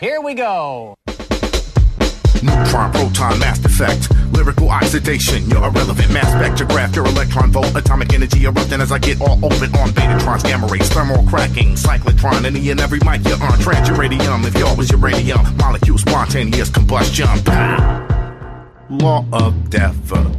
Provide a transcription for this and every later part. Here we go. Neutron, proton, mass effect, lyrical oxidation. You're irrelevant, mass spectrograph, your electron volt, atomic energy erupting as I get all open on betatrons, gamma rays, thermal cracking, cyclotron, any and every mic you're on. Trans uranium, if y'all was uranium, molecule spontaneous combustion. Pow. Law of definite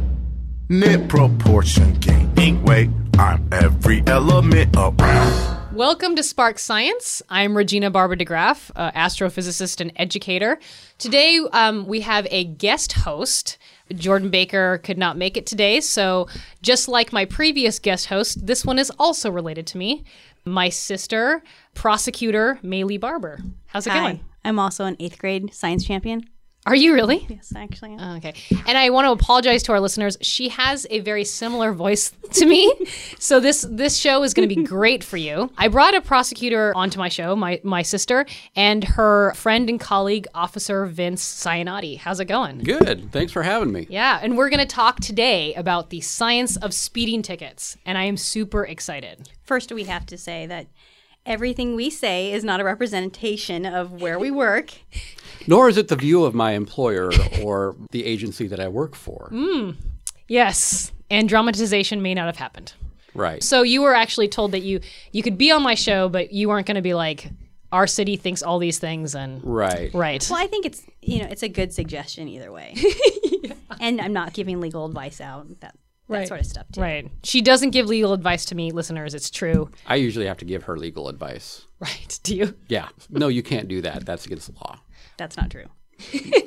proportion, gaining weight. I'm every element around. Welcome to Spark Science. I'm Regina Barber DeGraff, uh, astrophysicist and educator. Today um, we have a guest host. Jordan Baker could not make it today, so just like my previous guest host, this one is also related to me. My sister, prosecutor Maylee Barber. How's it Hi. going? I'm also an eighth grade science champion. Are you really? Yes, actually. Okay. And I want to apologize to our listeners. She has a very similar voice to me. so this this show is going to be great for you. I brought a prosecutor onto my show, my my sister, and her friend and colleague, Officer Vince Cianotti. How's it going? Good. Thanks for having me. Yeah, and we're going to talk today about the science of speeding tickets, and I am super excited. First, we have to say that everything we say is not a representation of where we work. Nor is it the view of my employer or the agency that I work for. Mm-hmm. Yes, and dramatization may not have happened. Right. So you were actually told that you you could be on my show, but you weren't going to be like our city thinks all these things and right. right. Well, I think it's you know it's a good suggestion either way. And I'm not giving legal advice out that that Right. sort of stuff too. Right. She doesn't give legal advice to me, listeners. It's true. I usually have to give her legal advice. Right. Do you? Yeah. No, you can't do that. That's against the law. That's not true.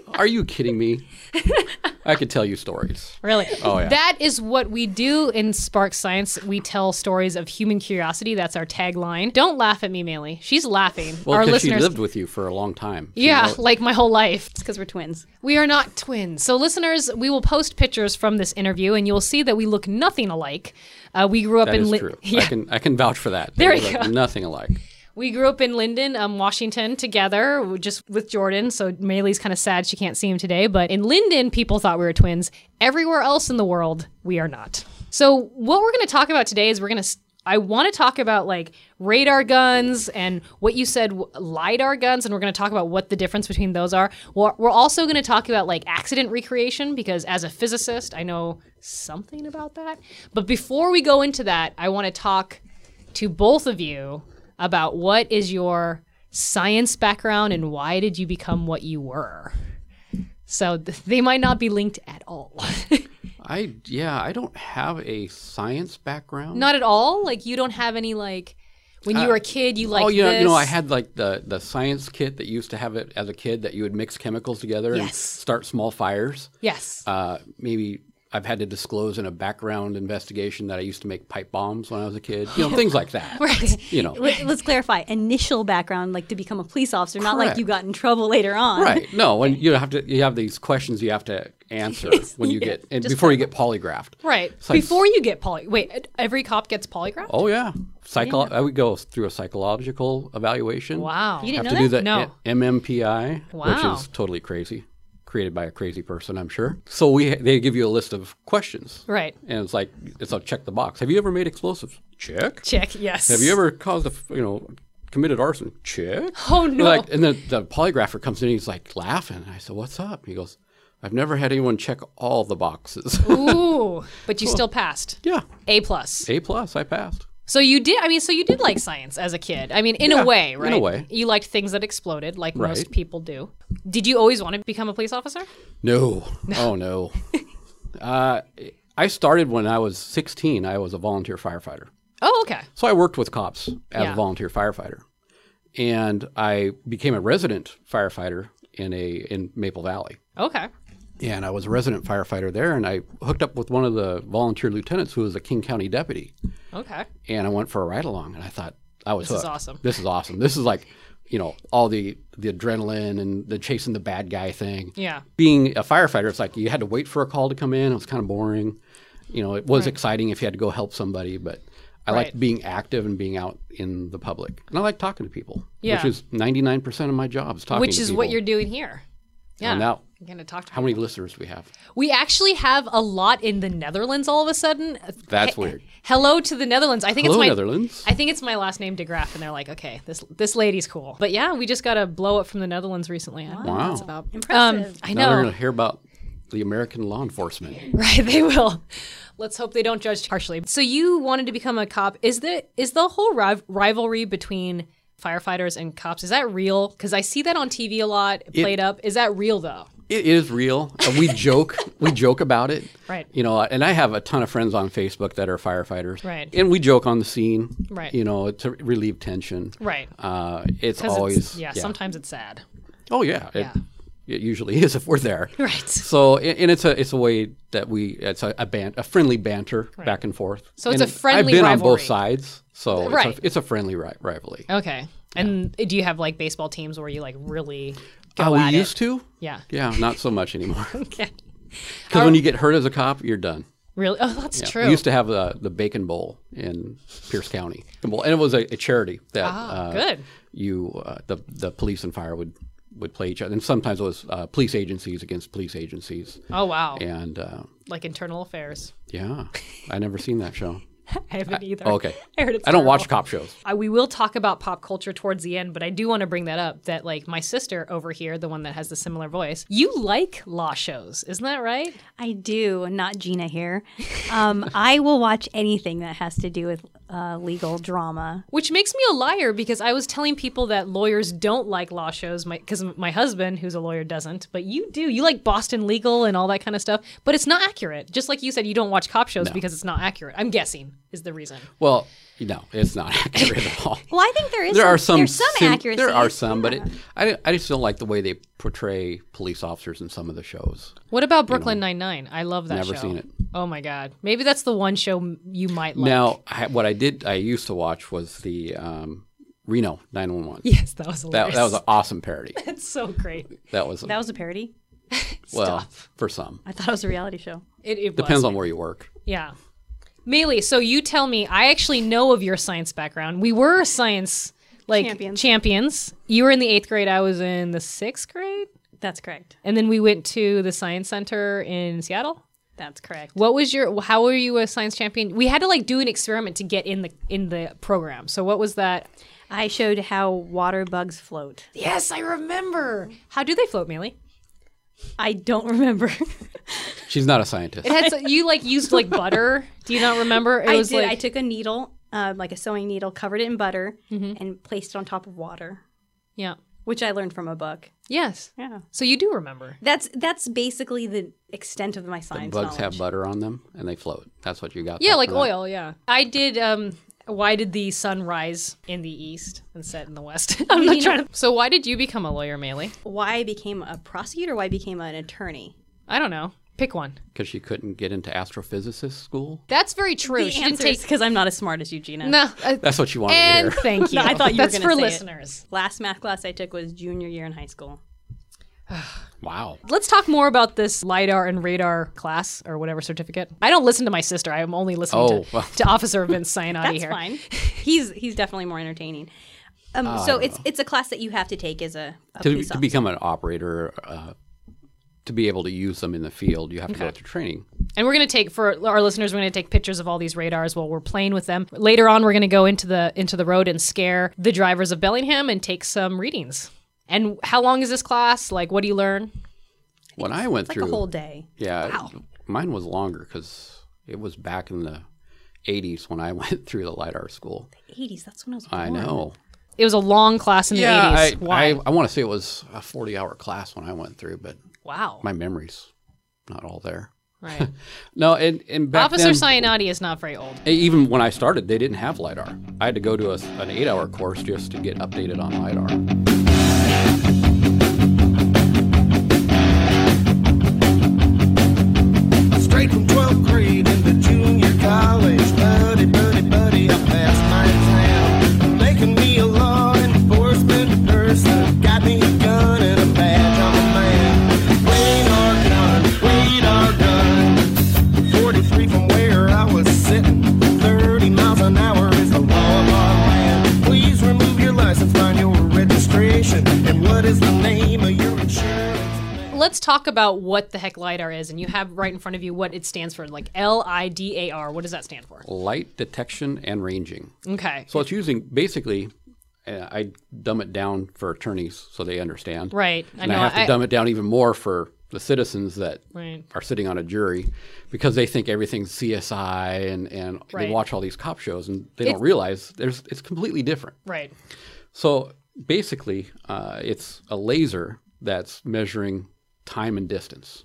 Are you kidding me? I could tell you stories. Really? Oh, yeah. That is what we do in Spark Science. We tell stories of human curiosity. That's our tagline. Don't laugh at me, Maley. She's laughing. Well, our because she listeners. lived with you for a long time. She yeah, knows- like my whole life. It's because we're twins. We are not twins. So, listeners, we will post pictures from this interview, and you'll see that we look nothing alike. Uh, we grew up That in is Li- true. I Yeah, can I can vouch for that. There They you look go. Nothing alike. we grew up in Linden, um, Washington, together, just with Jordan. So Maylee's kind of sad she can't see him today. But in Linden, people thought we were twins. Everywhere else in the world, we are not. So what we're going to talk about today is we're going to. I want to talk about like radar guns and what you said, w- lidar guns, and we're going to talk about what the difference between those are. We're, we're also going to talk about like accident recreation because as a physicist, I know something about that. But before we go into that, I want to talk to both of you about what is your science background and why did you become what you were. So th- they might not be linked at all. I yeah, I don't have a science background. not at all. Like you don't have any like when you were a kid you like oh, you know, this. you know, I had like the, the science kit that you used to have it as a kid that you would mix chemicals together and Yes. start small fires. yes. Uh, maybe I've had to disclose in a background investigation that I used to make pipe bombs when I was a kid. You know, things like that. Right. You know, Let- Let's clarify initial background, like to become a police officer, not like Correct. you got in trouble later on. right? No, and you have to you have these questions you have to answer when you get and Just before you get polygraphed. right. It's like- Before you get poly Wait, e, every cop gets polygraphed? Oh yeah, psycho. I would go through a psychological evaluation. Wow. You didn't have know to do that? the No. M- MMPI, Wow. which is totally crazy, created by a crazy person, I'm sure. So we they give you a list of questions, Right. And it's like it's a check the box. Have you ever made explosives? Check. Check. Yes. Have you ever caused a f- you know committed arson? Check. Oh, no. Like, and then the polygrapher comes in. He's like laughing. I said, "What's up?" He goes, "I've never had anyone check all the boxes." Ooh, but you still passed. yeah, A plus. A plus. I passed. So you did. I mean, so you did like science as a kid. I mean, in Yeah, a way, in a right? way. You liked things that exploded, like most Right. people do. Did you always want to become a police officer? No. Oh no. uh, I started when I was 16. I was a volunteer firefighter. Oh, okay. So I worked with cops as Yeah. a volunteer firefighter, and I became a resident firefighter in a in Maple Valley. Okay. And I was a resident firefighter there, and I hooked up with one of the volunteer lieutenants who was a King County deputy, Okay. and I went for a ride along, and I thought I was This is hooked. awesome. This is awesome. This is like, you know, all the the adrenaline and the chasing the bad guy thing Yeah. being a firefighter, it's like you had to wait for a call to come in. It was kind of boring. You know, it was exciting if you had to go help somebody, but I Right. liked being active and being out in the public. And I like talking to people, Yeah. which is 99% of my job is talking Which to is people. what you're doing here. Yeah. And now, I'm gonna talk to how many listeners we have? We actually have a lot in the Netherlands all of a sudden. That's He- weird. Hello to the Netherlands. I think Hello, it's my Netherlands. I think it's my last name de Graaf, and they're like, okay, this this lady's cool. But yeah, we just got a blow up from the Netherlands recently. I don't know what Wow. that's about. Um, Impressive. I Now know, they're going to hear about the American law enforcement. right? They will. Let's hope they don't judge harshly. So you wanted to become a cop? Is the is the whole riv- rivalry between firefighters and cops is that real? Because I see that on TV a lot, played up. Is that real though? It is real. Uh, We joke. we joke about it. Right. You know, and I have a ton of friends on Facebook that are firefighters. Right. And we joke on the scene. Right. You know, to relieve tension. Right. Uh, it's 'Cause it's- always yeah, Sometimes it's sad. Oh yeah. It, it usually is if we're there. Right. So a- and it's a it's a way that we it's a, a ban a friendly banter back and forth. So it's And a friendly I've been on rivalry. both sides, so it's a- Right. it's, a, friendly ri- rivalry. Okay. And do you have like baseball teams where you like really go How Uh, we at used it? to. Yeah. Yeah, not so much anymore. Okay. Um, Because when you get hurt as a cop, you're done. Really? Oh, that's true. We used to have the, the Bacon Bowl in Pierce County, and it was a, a charity that uh, Oh, Ah, good. you uh, the the police and fire would would play each other, and sometimes it was uh, police agencies against police agencies, oh wow. and uh, Like internal affairs. yeah, I never seen that show. Oh, I haven't either. Okay, I heard it's I don't watch terrible. cop shows. I, we will talk about pop culture towards the end, but I do want to bring that up that like my sister over here, the one that has the similar voice, you like law shows, isn't that right? I do, not Gina here. Um, I will watch anything that has to do with uh, legal drama. Which makes me a liar because I was telling people that lawyers don't like law shows because my, husband, who's a lawyer, doesn't, but you do. You like Boston Legal and all that kind of stuff, but it's not accurate. Just like you said, you don't watch cop shows because it's not accurate. I'm guessing is the reason. Well, no, it's not accurate at all. Well, I think there is there some, are some there's some sim- accuracy. There are some, but it, I I just don't like the way they portray police officers in some of the shows. What about Brooklyn Nine Nine? I love that show. Never seen it. Oh my god, maybe that's the one show m- you might like. Now, I, what I did, I used to watch was the um, Reno 911. yes, that was That, hilarious. that was an awesome parody. That's so great. That was, That was a parody. well, for some. I thought it was a reality show. It, it was. Depends on where you work. Yeah. Mealy, so you tell me, I actually know of your science background. We were science like champions. Champions. You were in the eighth grade, I was in the sixth grade. That's correct. And then we went to the science center in Seattle. That's correct. What was your how were you a science champion? We had to like do an experiment to get in the in the program. So what was that? I showed how water bugs float. Yes, I remember. How do they float, Mealy? I don't remember. She's not a scientist. It had so, you like used like butter. Do you not remember? It I was did. like I took a needle, uh, like a sewing needle, covered it in butter, and placed it on top of water, Yeah. which I learned from a book. Yes. Yeah. So you do remember. That's that's basically the extent of my science Bugs knowledge. have butter on them and they float. That's what you got. Yeah, there like for that. oil. Yeah, I did. Um, why did the sun rise in the east and set in the west? I'm not trying to. So why did you become a lawyer, Maley? why I became a prosecutor, why I became an attorney. I don't know. Pick one. Because she couldn't get into astrophysicist school. That's very true. The she answer didn't is take. because I'm not as smart as you, Gina. No. uh, That's what she wanted and to hear. thank you. I thought you were That's gonna for say it. listeners. Last math class I took was junior year in high school. Wow. Let's talk more about this lidar and radar class or whatever certificate. I don't listen to my sister. I'm only listening Oh, to, well. to Officer Vince Cianotti That's here. fine. He's he's definitely more entertaining. Um, so it's it's a class that you have to take as a, a Oh, To, police to officer. become an operator, uh, to be able to use them in the field, you have to go through training. And we're going to take for our listeners we're going to take pictures of all these radars while we're playing with them. Later on we're going to go into the into the road and scare the drivers of Bellingham and take some readings. And how long is this class? Like what do you learn? When I went like through the whole day. Yeah. it- Mine was longer because it was back in the 80s when I went through the LIDAR school. Eighties. That's when I was. Born. I know. It was a long class in Yeah. the I, 80s. Why? I, I want to say it was a 40 hour class when I went through, but wow. my memory's not all there. right. No, and, and back Officer then, e, Cianotti is not very old. even when I started, they didn't have LIDAR. I had to go to a, an eight hour course just to get updated on LIDAR. Straight from 12th grade into junior college. Buddy, buddy, buddy, I passed my exam. Making me a law enforcement person. Got me a gun and a badge, I'm a man. Radar gun, radar gun. 43 from where I was sitting. 30 miles an hour is the law of our land. Please remove your license, find your registration. let's talk about what the heck LIDAR is. And you have right in front of you what it stands for, like L I D A R. What does that stand for? Light detection and ranging. Okay. So it's using basically, uh, I dumb it down for attorneys so they understand. Right. I And I, know, have to I- dumb it down even more for the citizens that Right. are sitting on a jury because they think everything's CSI and, and Right. they watch all these cop shows and they It- don't realize there's it's completely different. right. So basically, uh, it's a laser that's measuring time and distance,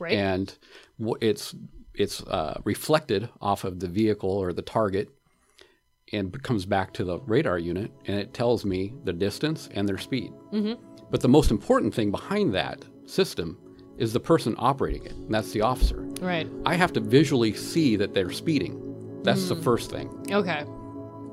Right. and w- it's it's uh, reflected off of the vehicle or the target, and b- comes back to the radar unit, and it tells me the distance and their speed. But the most important thing behind that system is the person operating it, and that's the officer. Right. I have to visually see that they're speeding. That's the first thing. Okay.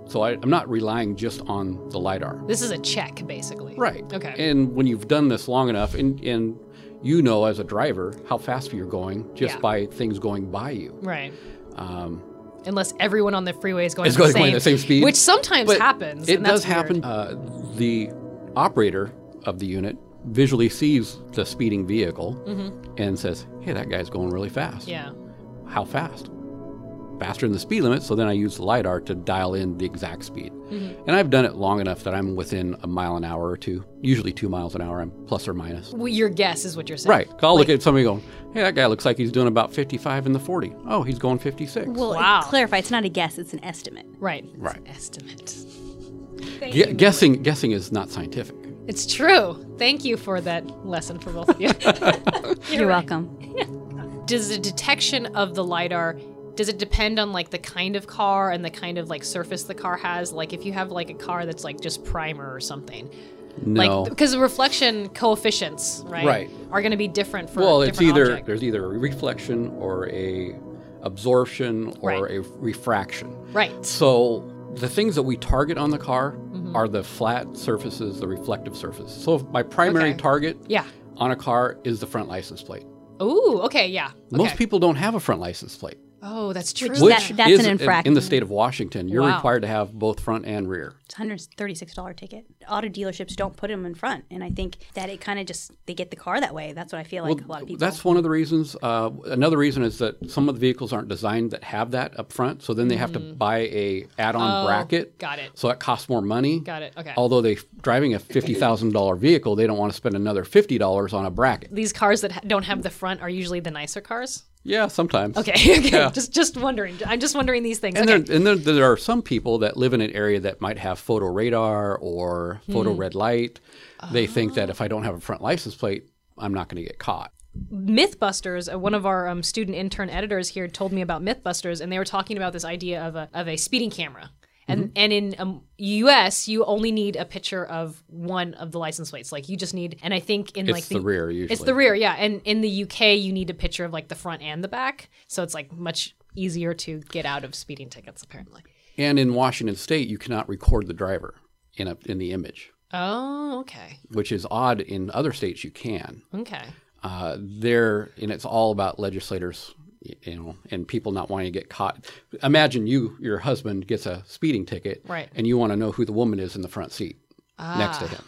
So I, I'm not relying just on the lidar. This is a check, basically. Right. Okay. And when you've done this long enough, and, and you know as a driver how fast you're going just Yeah. by things going by you. right. Um, Unless everyone on the freeway is going, at it's the, going same, at the same speed, which sometimes But happens. It and does that's happen. weird. Uh, the operator of the unit visually sees the speeding vehicle and says, "Hey, that guy's going really fast. Mm-hmm. Yeah. How fast? Faster than the speed limit." So then I use the lidar to dial in the exact speed. Mm-hmm. And I've done it long enough that I'm within a mile an hour or two, usually two miles an hour. I'm plus or minus. Well, your guess is what you're saying. Right. 'Cause I'll look at somebody going, hey, that guy looks like he's doing about 55 in the 40. Oh, he's going 56. Well, Wow. clarify. It's not a guess. It's an estimate. Right. It's Right. an estimate. Gu- guessing, guessing is not scientific. It's true. Thank you for that lesson for both of you. You're, welcome. does the detection of the lidar does it depend on like the kind of car and the kind of like surface the car has like if you have like a car that's like just primer or something No. like because the reflection coefficients right, Right. are going to be different for well, it's different either object. there's either a reflection or a absorption or Right. a refraction. right Mm-hmm. So the things that we target on the car are the flat surfaces, the reflective surface. So if my primary Okay. target yeah on a car is the front license plate. ooh okay yeah okay. Most people don't have a front license plate. oh that's true Which- That- that's is an in- In infraction. the state of Washington, you're Wow. required to have both front and rear. It's a hundred thirty-six dollar ticket. Auto dealerships don't put them in front, and I think that it kind of just they get the car that way. That's what I feel like a lot of people. That's one of the reasons. Uh, another reason is that some of the vehicles aren't designed that have that up front, so then they have to buy a add-on bracket. Mm-hmm. Oh, got it. So that costs more money. Got it, okay. Although they driving a fifty thousand dollar vehicle, they don't want to spend another fifty dollars on a bracket. these cars that ha- don't have the front are usually the nicer cars Yeah, sometimes. okay okay Yeah. just just wondering i'm just wondering these things And, okay. there, and there, there are some people that live in an area that might have photo radar or photo Hmm. red light. They think that if I don't have a front license plate, I'm not going to get caught. Mythbusters, uh, one of our um, student intern editors here told me about Mythbusters, and they were talking about this idea of a, of a speeding camera. And, Mm-hmm. and in um, U.S., you only need a picture of one of the license plates. Like you just need, and I think in It's like the rear It's usually. the rear, yeah. And in the U.K., you need a picture of like the front and the back, so it's like much easier to get out of speeding tickets apparently. And in Washington State, you cannot record the driver in a, in the image, Oh, okay, which is odd. In other states, you can. okay, Uh, there, and it's all about legislators, y- you know, and people not wanting to get caught. Imagine you, your husband gets a speeding ticket, Right. And you want to know who the woman is in the front seat next to him,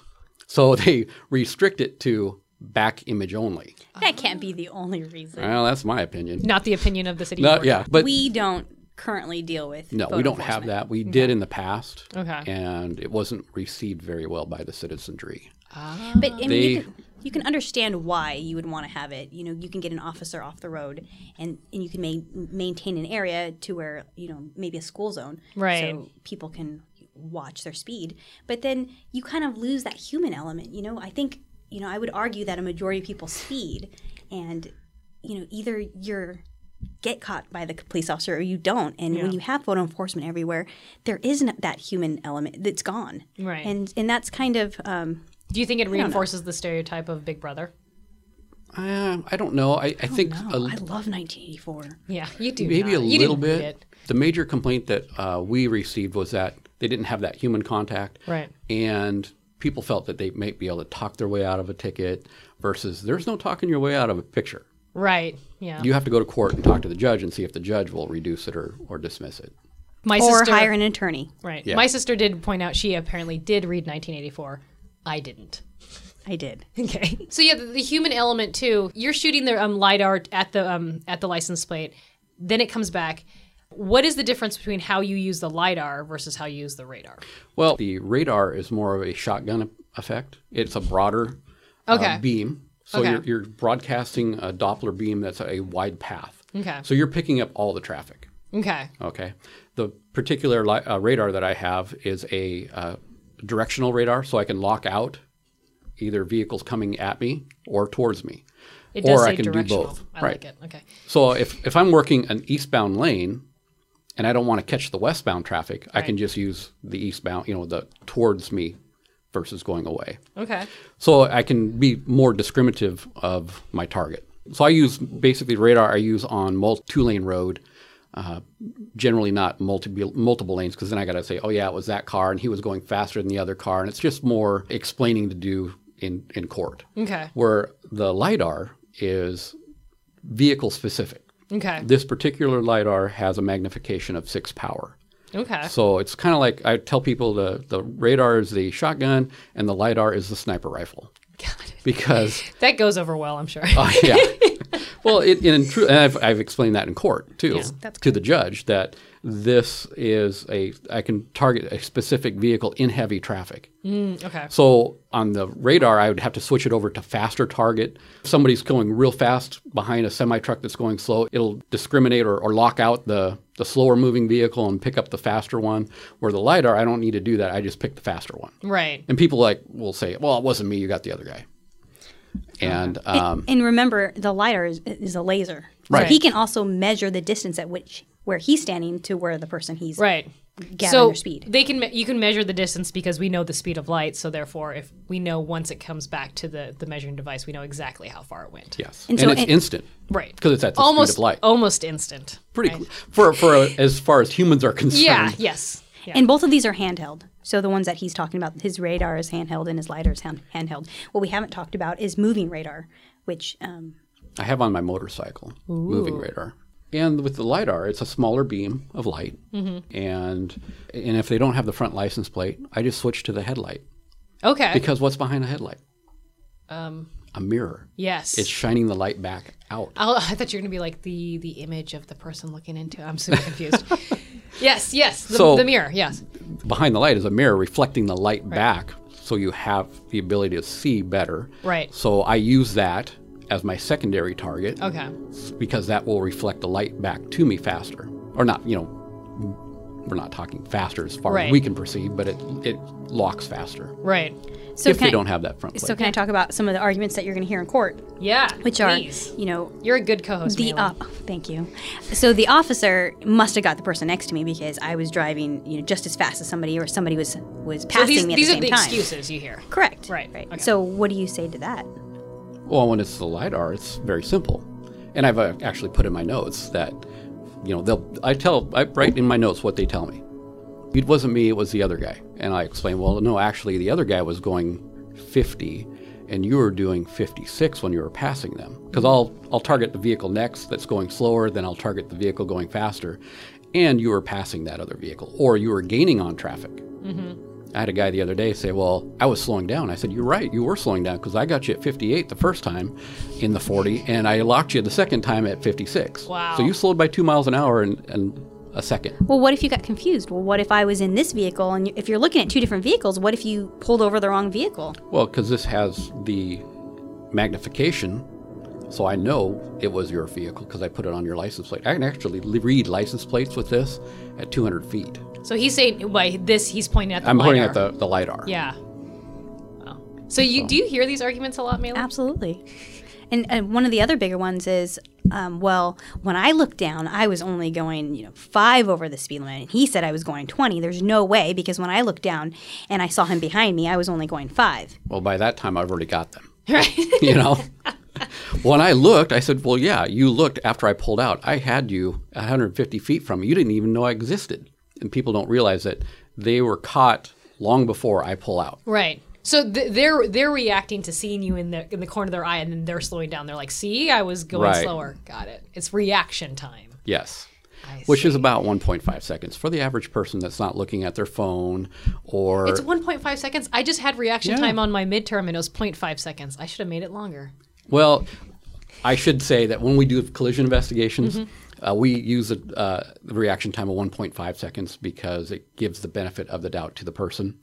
so they restrict it to back image only. that can't be the only reason. Well, that's my opinion. not the opinion of the city. No, board. yeah, but we don't currently deal with. no, we photo don't have enforcement. that. We did in the past, Okay. and it wasn't received very well by the citizenry. But I mean, They- you, can, you can understand why you would want to have it. You know, you can get an officer off the road, and, and you can ma- maintain an area to where you know maybe a school zone, Right. So people can watch their speed. But then you kind of lose that human element. You know, I think you know I would argue that a majority of people speed, and you know either you're get caught by the police officer or you don't and when you have photo enforcement everywhere there isn't that human element that's gone Right. and and that's kind of um, Do you think it reinforces the stereotype of Big Brother? Uh, I don't know. I, I, think No, a- Oh, I love 1984. Yeah, you do. maybe a not. You little didn't read bit. it. The major complaint that uh, we received was that they didn't have that human contact, Right. And people felt that they might be able to talk their way out of a ticket versus there's no talking your way out of a picture. Right. Yeah. You have to go to court and talk to the judge and see if the judge will reduce it or, or dismiss it. My Or sister, hire an attorney. Right. Yeah. My sister did point out she apparently did read 1984. I didn't. I did. Okay. So yeah, the, the human element too. You're shooting the um, lidar at the um, at the license plate, then it comes back. What is the difference between how you use the lidar versus how you use the radar? Well, the radar is more of a shotgun e-, effect. It's a broader uh, Okay. beam. So Okay. you're, you're broadcasting a Doppler beam that's a wide path. Okay. So you're picking up all the traffic. Okay. Okay. The particular li- uh, radar that I have is a uh, directional radar, so I can lock out either vehicles coming at me or towards me. It does or say I can directional. do both. I like it. Okay. So if, if I'm working an eastbound lane and I don't want to catch the westbound traffic, I can Right. just use the eastbound, you know, the towards me versus going away. Okay. So I can be more discriminative of my target. So I use basically radar I use on multi two lane road, uh, generally not multiple multiple lanes because then I got to say, oh yeah, it was that car and he was going faster than the other car, and it's just more explaining to do in in court. Okay. Where the lidar is vehicle specific. Okay. This particular lidar has a magnification of six power. Okay. So it's kind of like I tell people the, the radar is the shotgun and the lidar is the sniper rifle. Because, That goes over well, I'm sure. uh, yeah. well, it, in tru- and I've, I've explained that in court too that's to the judge that this is a, I can target a specific vehicle in heavy traffic. okay. So on the radar, I would have to switch it over to faster target. If somebody's going real fast behind a semi truck that's going slow, it'll discriminate or, or lock out the, the slower moving vehicle and pick up the faster one. Where the LiDAR, I don't need to do that. I just pick the faster one. Right. And people like will say, well, it wasn't me. You got the other guy. And um, and remember, the lidar is, is a laser, Right. so he can also measure the distance at which where he's standing to where the person he's Right. gathering so their speed. they can me- you can measure the distance because we know the speed of light. So therefore, if we know once it comes back to the the measuring device, we know exactly how far it went. yes. And And, so it's it- instant. Right. Because it's at the almost speed of light. almost instant. Pretty cool. For, for uh as far as humans are concerned. Yeah. Yes. Yeah. And both of these are handheld. So the ones that he's talking about, his radar is handheld and his lidar is hand- handheld. What we haven't talked about is moving radar, which um, I have on my motorcycle moving radar. And with the lidar, it's a smaller beam of light, Mm-hmm. and and if they don't have the front license plate, I just switch to the headlight okay. because what's behind the headlight? Um, a mirror. yes. It's shining the light back out. I'll, I thought you were going to be like the the image of the person looking into. I'm super confused. yes. Yes. The, So- the mirror. Yes. behind the light is a mirror reflecting the light back, so you have the ability to see better. Right. So I use that as my secondary target. Okay. because that will reflect the light back to me faster. Or not, you know, we're not talking faster as far Right. as we can perceive, but it it locks faster Right. so if can they I, don't have that front plate. So can I talk about some of the arguments that you're going to hear in court, Yeah. which are please. you know You're a good co-host. the Malin. uh, thank you. So the officer must have got the person next to me because I was driving you know just as fast as somebody or somebody was was uh, passing So these me at these the are same the time. excuses you hear. Correct. Right, Right. okay. So what do you say to that? well, when it's the lidar, it's very simple, and I've uh, actually put in my notes that you know they'll I tell I write in my notes what they tell me. It wasn't me; it was the other guy, and I explain. Well, no, actually, the other guy was going 50, and you were doing 56 when you were passing them. Because I'll I'll target the vehicle next that's going slower, then I'll target the vehicle going faster, and you were passing that other vehicle, or you were gaining on traffic. I had a guy the other day say, Well, I was slowing down. I said, You're right. You were slowing down because I got you at 58 the first time in the 40, and I locked you the second time at 56. Wow. So you slowed by two miles an hour and, and a second. Well, what if you got confused? Well, what if I was in this vehicle and if you're looking at two different vehicles, what if you pulled over the wrong vehicle? Well, because this has the magnification, so I know it was your vehicle because I put it on your license plate. I can actually li- read license plates with this at 200 feet. So he's saying by this he's pointing at the I'm pointing at lidar. the, the LiDAR. Yeah. Wow. So you do you hear these arguments a lot, Malin? Absolutely. And, and one of the other bigger ones is, um, well, when I looked down, I was only going, you know, five over the speed limit, and he said I was going twenty. There's no way because when I looked down and I saw him behind me, I was only going five. Well, by that time, I've already got them. you know? when I looked, I said, Well, yeah, you looked after I pulled out. I had you 150 feet from me. You didn't even know I existed. And people don't realize that they were caught long before I pull out. Right. So th- they're they're reacting to seeing you in the in the corner of their eye, and then they're slowing down. They're like, "See, I was going Right. slower. Got it. It's reaction time." Yes. which is about 1.5 seconds for the average person that's not looking at their phone or It's 1.5 seconds. I just had reaction Yeah. time on my midterm and it was 0.5 seconds. I should have made it longer. Well, I should say that when we do collision investigations, uh, we use a, uh, the reaction time of 1.5 seconds because it gives the benefit of the doubt to the person.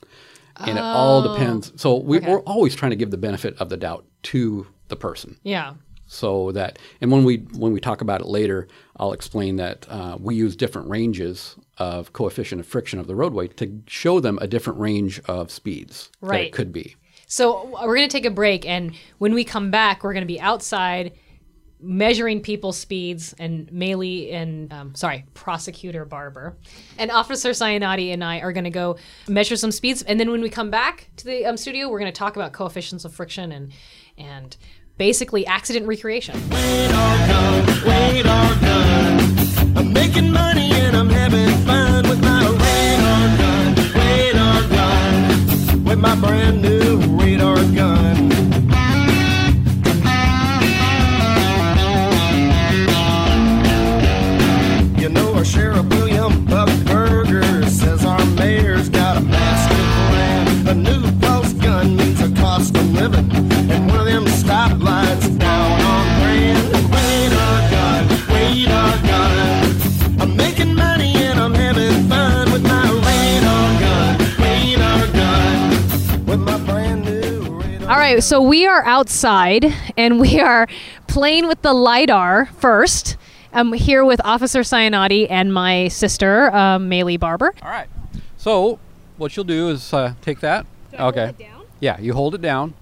And it all depends. So we, we're always trying to give the benefit of the doubt to the person. Yeah. So that, and when we when we talk about it later, I'll explain that uh, we use different ranges of coefficient of friction of the roadway to show them a different range of speeds that Right. it could be. So we're going to take a break, and when we come back, we're going to be outside measuring people's speeds. And Maley and um, sorry, prosecutor Barber and Officer Cianati and I are going to go measure some speeds. And then when we come back to the um, studio, we're going to talk about coefficients of friction and and basically accident recreation. Wait or gone, wait or gone. I'm making money and I'm having fun with my radar gun, radar gun, with my brand new radar gun. You know our Sheriff William Buck Burger says our mayor's got a master plan. A new post gun means a cost of living, and one of them stoplights down on Grand. Wait our gun, wait our gun. I'm making money and I'm having fun with my radar gun, radar gun, with my brand new radar. All right, so we are outside and we are playing with the LIDAR first. I'm here with Officer Cianati and my sister, um, Maylee Barber. All right. So what you'll do is uh, take that. okay. Yeah, you hold it down.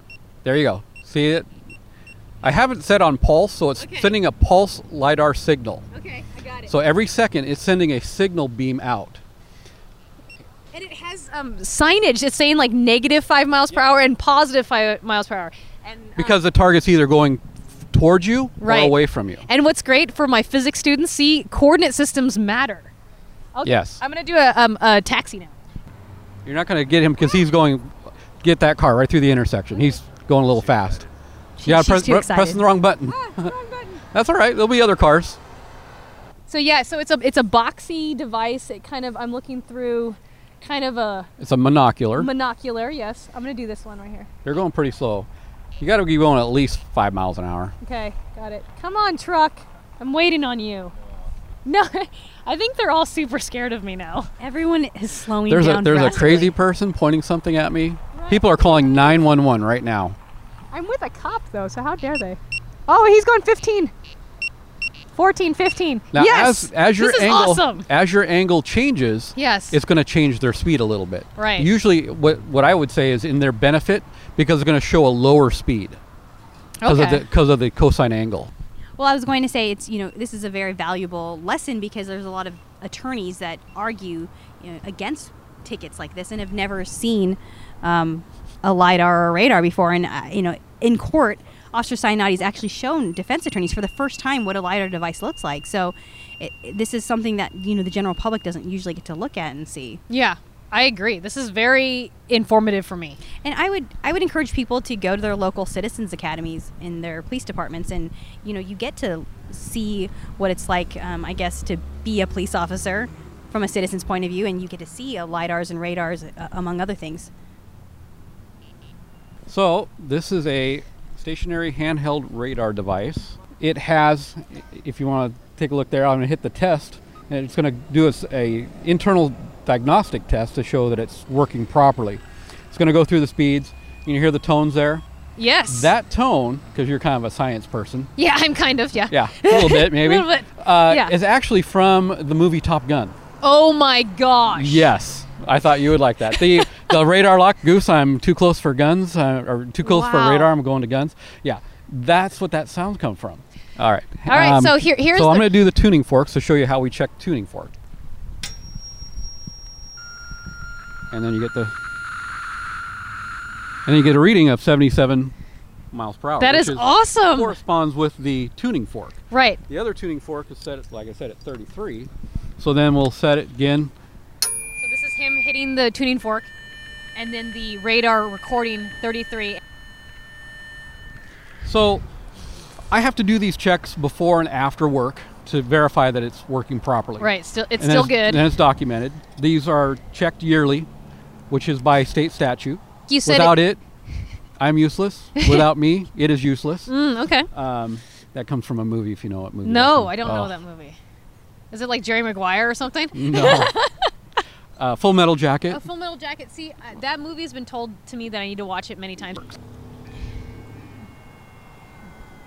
There you go. See it? I haven't set on pulse, so it's sending a pulse lidar signal. Okay, I got it. So every second, it's sending a signal beam out. Ah. And it has um, signage. It's saying like negative five miles per hour and positive five miles per hour. And, um, Because the target's either going towards you Right. or away from you. and what's great for my physics students, see, coordinate systems matter. Okay, Yes. I'm going to do a, um, a taxi now. You're not going to get him because he's going, get that car right through the intersection. He's going a little fast. You gotta she's too pre- excited. pressing the wrong button. That's all right. There'll be other cars. So yeah, so it's a it's a boxy device. It kind of I'm looking through kind of a It's a monocular. monocular. Yes, I'm going to do this one right here. They're going pretty slow. You got to be going at least five miles an hour. Okay, got it. Come on, truck. I'm waiting on you. No, I think they're all super scared of me now. Everyone is slowing There's a down. there's a crazy drastically. person pointing something at me. People are calling 911 right now. I'm with a cop though, so how dare they? Oh, he's going 15. 14, 15. Now, yes. as, as your this is angle awesome. as your angle changes, Yes. it's going to change their speed a little bit. Right. Usually, what what I would say is in their benefit because it's going to show a lower speed because Okay. of the because of the cosine angle. Well, I was going to say it's you know this is a very valuable lesson because there's a lot of attorneys that argue you know, against tickets like this and have never seen um, a lidar or a radar before, and uh, you know in court. Officer Sinati's actually shown defense attorneys for the first time what a lidar device looks like. So, it, this is something that you know the general public doesn't usually get to look at and see. yeah, I agree. This is very informative for me. And I would I would encourage people to go to their local citizens academies in their police departments, and you know you get to see what it's like, um, I guess, to be a police officer from a citizen's point of view, and you get to see uh, lidars and radars uh, among other things. So this is a stationary handheld radar device. It has, if you want to take a look there, I'm going to hit the test, and it's going to do us a internal diagnostic test to show that it's working properly. It's going to go through the speeds. You can hear the tones there. Yes. That tone, because you're kind of a science person, Yeah, I'm kind of, yeah. yeah, a little bit maybe, Little bit, Uh, yeah. is actually from the movie Top Gun. Oh my gosh. Yes, I thought you would like that. The the radar lock goose. I'm too close for guns, uh, or too close for Wow. radar. I'm going to guns. Yeah, that's what that sound come from. All right. Um, All right, so here- here's So I'm the- going to do the tuning forks to show you how we check tuning fork. And then you get the. And then you get a reading of 77 miles per hour. That which is awesome. Corresponds with the tuning fork. Um, Right. The other tuning fork is set, at, like I said, at 33. So then we'll set it again So this is him hitting the tuning fork, and then the radar recording 33. So I have to do these checks before and after work to verify that it's working properly. Right, still- it's And then still good. And it's documented. These are checked yearly, which is by state statute. You said Without it, I'm useless. Without me, it is useless. Mm, okay. Um, that comes from a movie, if you know what movie. Oh. no, I don't know that. that movie. Is it like Jerry Maguire or something? No. uh, Full Metal Jacket. A Full Metal Jacket. See, uh, that movie has been told to me that I need to watch it many times.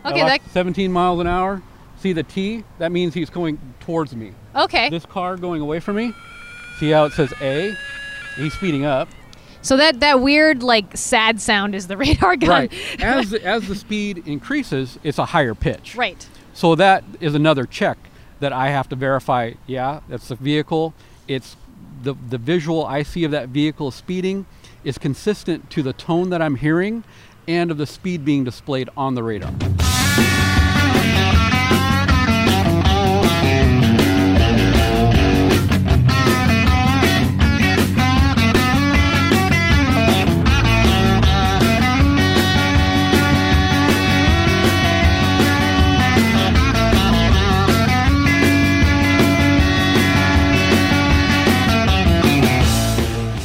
I Okay, like that. 17 miles an hour. See the T? That means he's going towards me. Okay. This car going away from me. See how it says A? He's speeding up. So that that weird like sad sound is the radar gun. Right. As the, as the speed increases, it's a higher pitch. Right. So that is another check that I have to verify. Yeah, that's the vehicle. It's the the visual I see of that vehicle speeding is consistent to the tone that I'm hearing and of the speed being displayed on the radar.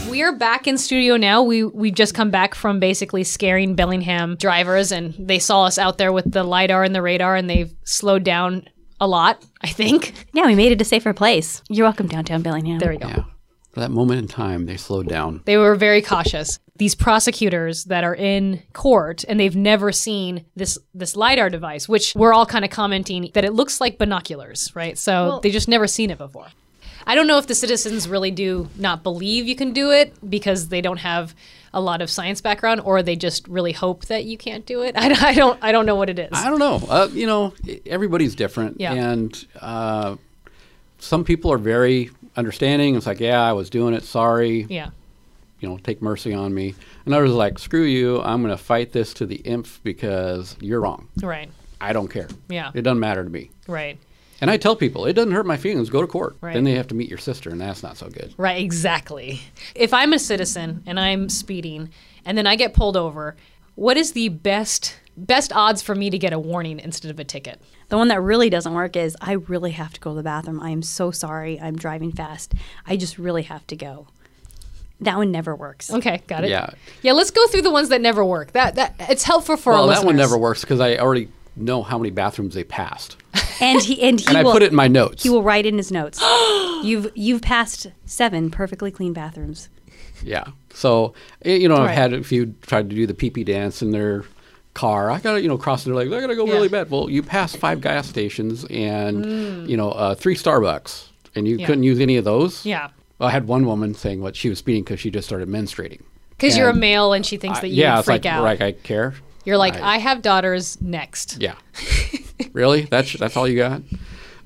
We are back in studio now. We we just come back from basically scaring Bellingham drivers, and they saw us out there with the lidar and the radar, and they've slowed down a lot. I think. Yeah, we made it a safer place. You're welcome, downtown Bellingham. There we go. Yeah. For that moment in time, they slowed down. They were very cautious. These prosecutors that are in court and they've never seen this this lidar device, which we're all kind of commenting that it looks like binoculars, right? So they just never seen it before. I don't know if the citizens really do not believe you can do it because they don't have a lot of science background, or they just really hope that you can't do it. I, I don't. I don't know what it is. I don't know. Uh, you know, i- everybody's different, Yeah. and uh, some people are very understanding. It's like, yeah, I was doing it. Sorry. Yeah. you know, take mercy on me. And others are like, screw you, I'm going to fight this to the nth because you're wrong. Right. I don't care. Yeah. It doesn't matter to me. Right. And I tell people, it doesn't hurt my feelings, go to court. Right. Then they have to meet your sister, and that's not so good. Right, exactly. If I'm a citizen and I'm speeding and then I get pulled over, what is the best best odds for me to get a warning instead of a ticket? The one that really doesn't work is I really have to go to the bathroom. I am so sorry. I'm driving fast. I just really have to go. That one never works. Okay, got it. Yeah. Yeah, let's go through the ones that never work. That that it's helpful for Well, our that one listeners. never works because I already know how many bathrooms they passed. And he and he And I will put it in my notes. he will write in his notes. you've you've passed seven perfectly clean bathrooms. Yeah. So, eh, you know, I've Right. had a few tried to do the pee pee dance in their car. I got to, you know, crossing their legs. I got to go Yeah. really bad. Well, you passed five gas stations and, you know, uh, three Starbucks, and you Mm. Yeah. couldn't use any of those. Yeah. Well, I had one woman saying what she was speeding because she just started menstruating. Because you're a And male and she thinks I- that you yeah, would it's freak like, out. like I care. You're like, I- I, have daughters next. Yeah. really? That's that's all you got?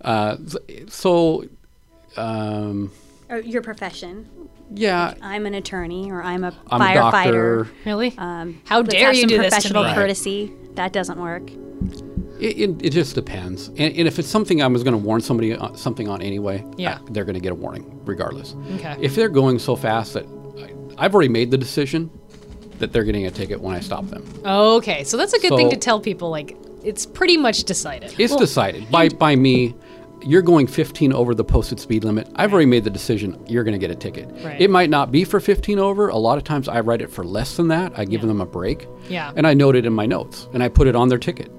Uh, so, um, Or Oh, your profession. yeah, I'm an attorney or I'm a I'm a firefighter. doctor. Really? Um, How let's dare have you some do this to professional me. Right. courtesy. That doesn't work. It, it, it just depends. And, and if it's something I was going to warn somebody on, something on anyway, Yeah. I- they're going to get a warning regardless. Okay. If they're going so fast that I, I've already made the decision that they're getting a ticket when I stop them. okay, so that's a good thing So- to tell people. Like, it's pretty much decided. It's decided by, by me. You're going 15 over the posted speed limit. I've already made the decision. You're going to get a ticket. Right. It might not be for 15 over. A lot of times I write it for less than that. I give them a break. Yeah. And I note it in my notes and I put it on their ticket.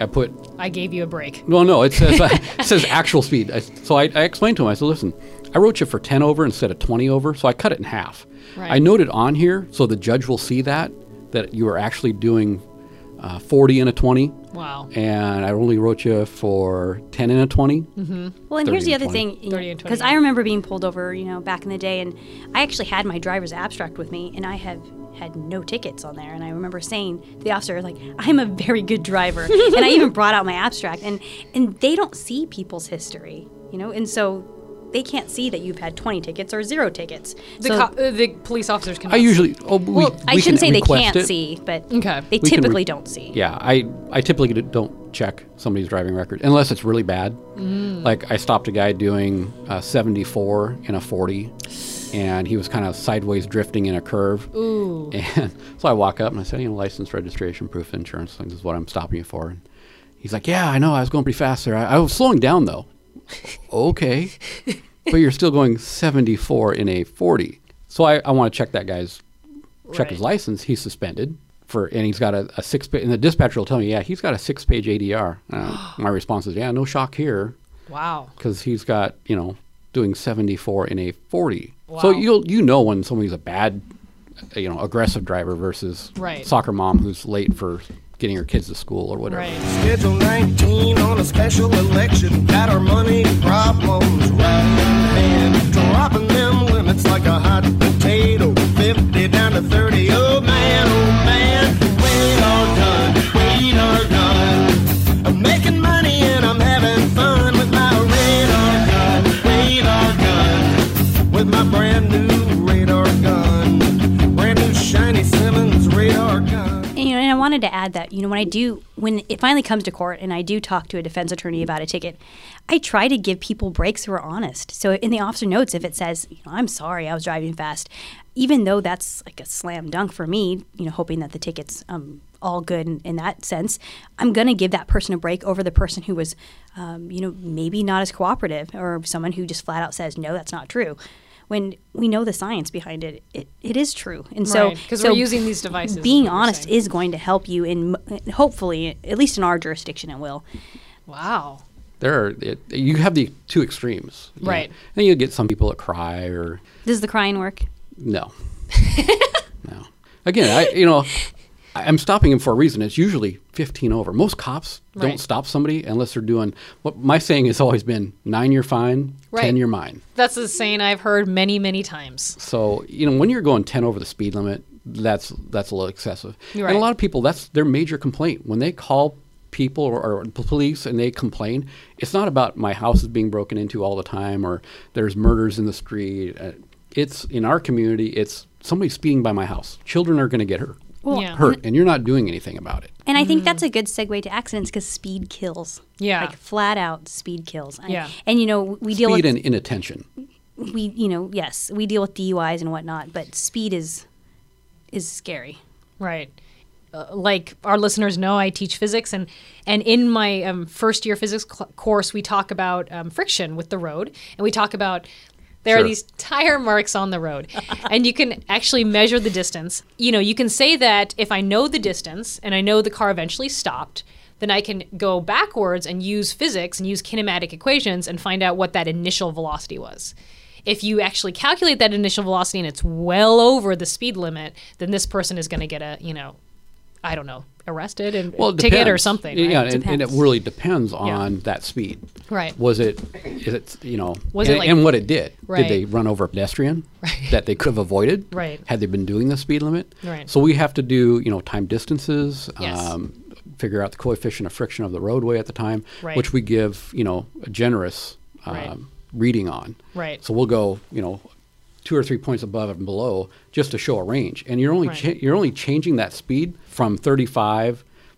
I put I gave you a break. Well, no, it says uh, it says actual speed. I, so I, I explained to him. I said, "Listen, I wrote you for ten over instead of twenty over, so I cut it in half. Right. I noted on here so the judge will see that that you are actually doing uh, forty and a twenty. Wow. And I only wrote you for ten and a 20 Well, and here's 30 the and other 20. thing, 30 and because 20. I remember being pulled over, you know, back in the day, and I actually had my driver's abstract with me, and I have had no tickets on there. And I remember saying to the officer, like, "I'm a very good driver," and I even brought out my abstract, and and they don't see people's history, you know, and so they can't see that you've had 20 tickets or zero tickets. The, so co- uh, the police officers can. I usually oh well, we, I we shouldn't can say they request can't it. see, but Okay. they We can re- typically don't see. Yeah, I I typically d- don't check somebody's driving record unless it's really bad. Like I stopped a guy doing uh, 74 in a 40, and he was kind of sideways drifting in a curve. Ooh. And so I walk up and I said, you know, license, registration, proof, of insurance, things is what I'm stopping you for. And he's like, yeah, I know, I was going pretty fast there. I, I was slowing down though. okay, but you're still going 74 in a 40. So I, I want to check that guy's check his Right. license. He's suspended for, and he's got a, a six. Pa- and the dispatcher will tell me, yeah, he's got a six page ADR. Uh, my response is, yeah, no shock here, Wow. because he's got you know doing 74 in a 40. Wow. So you'll you know when somebody's a bad, uh, you know, aggressive driver versus Right. soccer mom who's late for getting her kids to school or whatever. Right. Schedule 19 on a special election. Got our money problems right in hand. Dropping them limits like a hot potato. 50 down to 30. Oh man, oh man. Wait are done. Wait are done. I'm making money and I'm having fun with my radar gun. Radar gun. With my brand new radar gun. Brand new shiny Simmons radar gun. And, you know, and I wanted to add that, you know, when I do, when it finally comes to court and I do talk to a defense attorney about a ticket, I try to give people breaks who are honest. So in the officer notes, if it says, you know, I'm sorry, I was driving fast, even though that's like a slam dunk for me, you know, hoping that the ticket's um, all good in, in that sense, I'm going to give that person a break over the person who was, um, you know, maybe not as cooperative or someone who just flat out says, no, that's not true. When we know the science behind it, it, it is true. And so, because so we're using these devices. is what being you're honest saying. is going to help you in m- hopefully at least in our jurisdiction it will wow. there are it, you have the two extremes you know. Right. and you get some people that cry or does the crying work no no again i you know I- i'm stopping him for a reason it's usually 15 over most cops Right. don't stop somebody unless they're doing what my saying has always been nine you're fine Right. ten you're mine That's a saying I've heard many, many times. so you know when you're going 10 over the speed limit that's that's a little excessive Right. and a lot of people that's their major complaint when they call people or, or the police and they complain it's not about my house is being broken into all the time or there's murders in the street Uh, it's in our community it's somebody speeding by my house children are going to get hurt yeah. hurt and you're not doing anything about it and i think that's a good segue to accidents because speed kills Mm. Yeah. like flat out speed kills And- Yeah. and you know we deal speed with and inattention we you know yes we deal with duis and whatnot but speed is is scary Right. Uh, like our listeners know, I teach physics, and and in my um, first year physics cl- course, we talk about um, friction with the road, and we talk about there are Sure. these tire marks on the road, and you can actually measure the distance. You know, you can say that if I know the distance and I know the car eventually stopped, then I can go backwards and use physics and use kinematic equations and find out what that initial velocity was if you actually calculate that initial velocity and it's well over the speed limit, then this person is going to get a, you know, I don't know, arrested and well, it ticket or depends. something. right? Yeah, and, and it Depends. really depends on that speed. Right. Was it? Is it? You know. Was it and, like- and what it did? Right. Did they run over a pedestrian that they could have avoided? Right. Had they been doing the speed limit? Right. So we have to do you know time distances. um, Yes. figure out the coefficient of friction of the roadway at the time, Right. which we give you know a generous um, Right. reading on. Right. So we'll go you know two or three points above and below just to show a range, and you're only Right. cha- you're only changing that speed from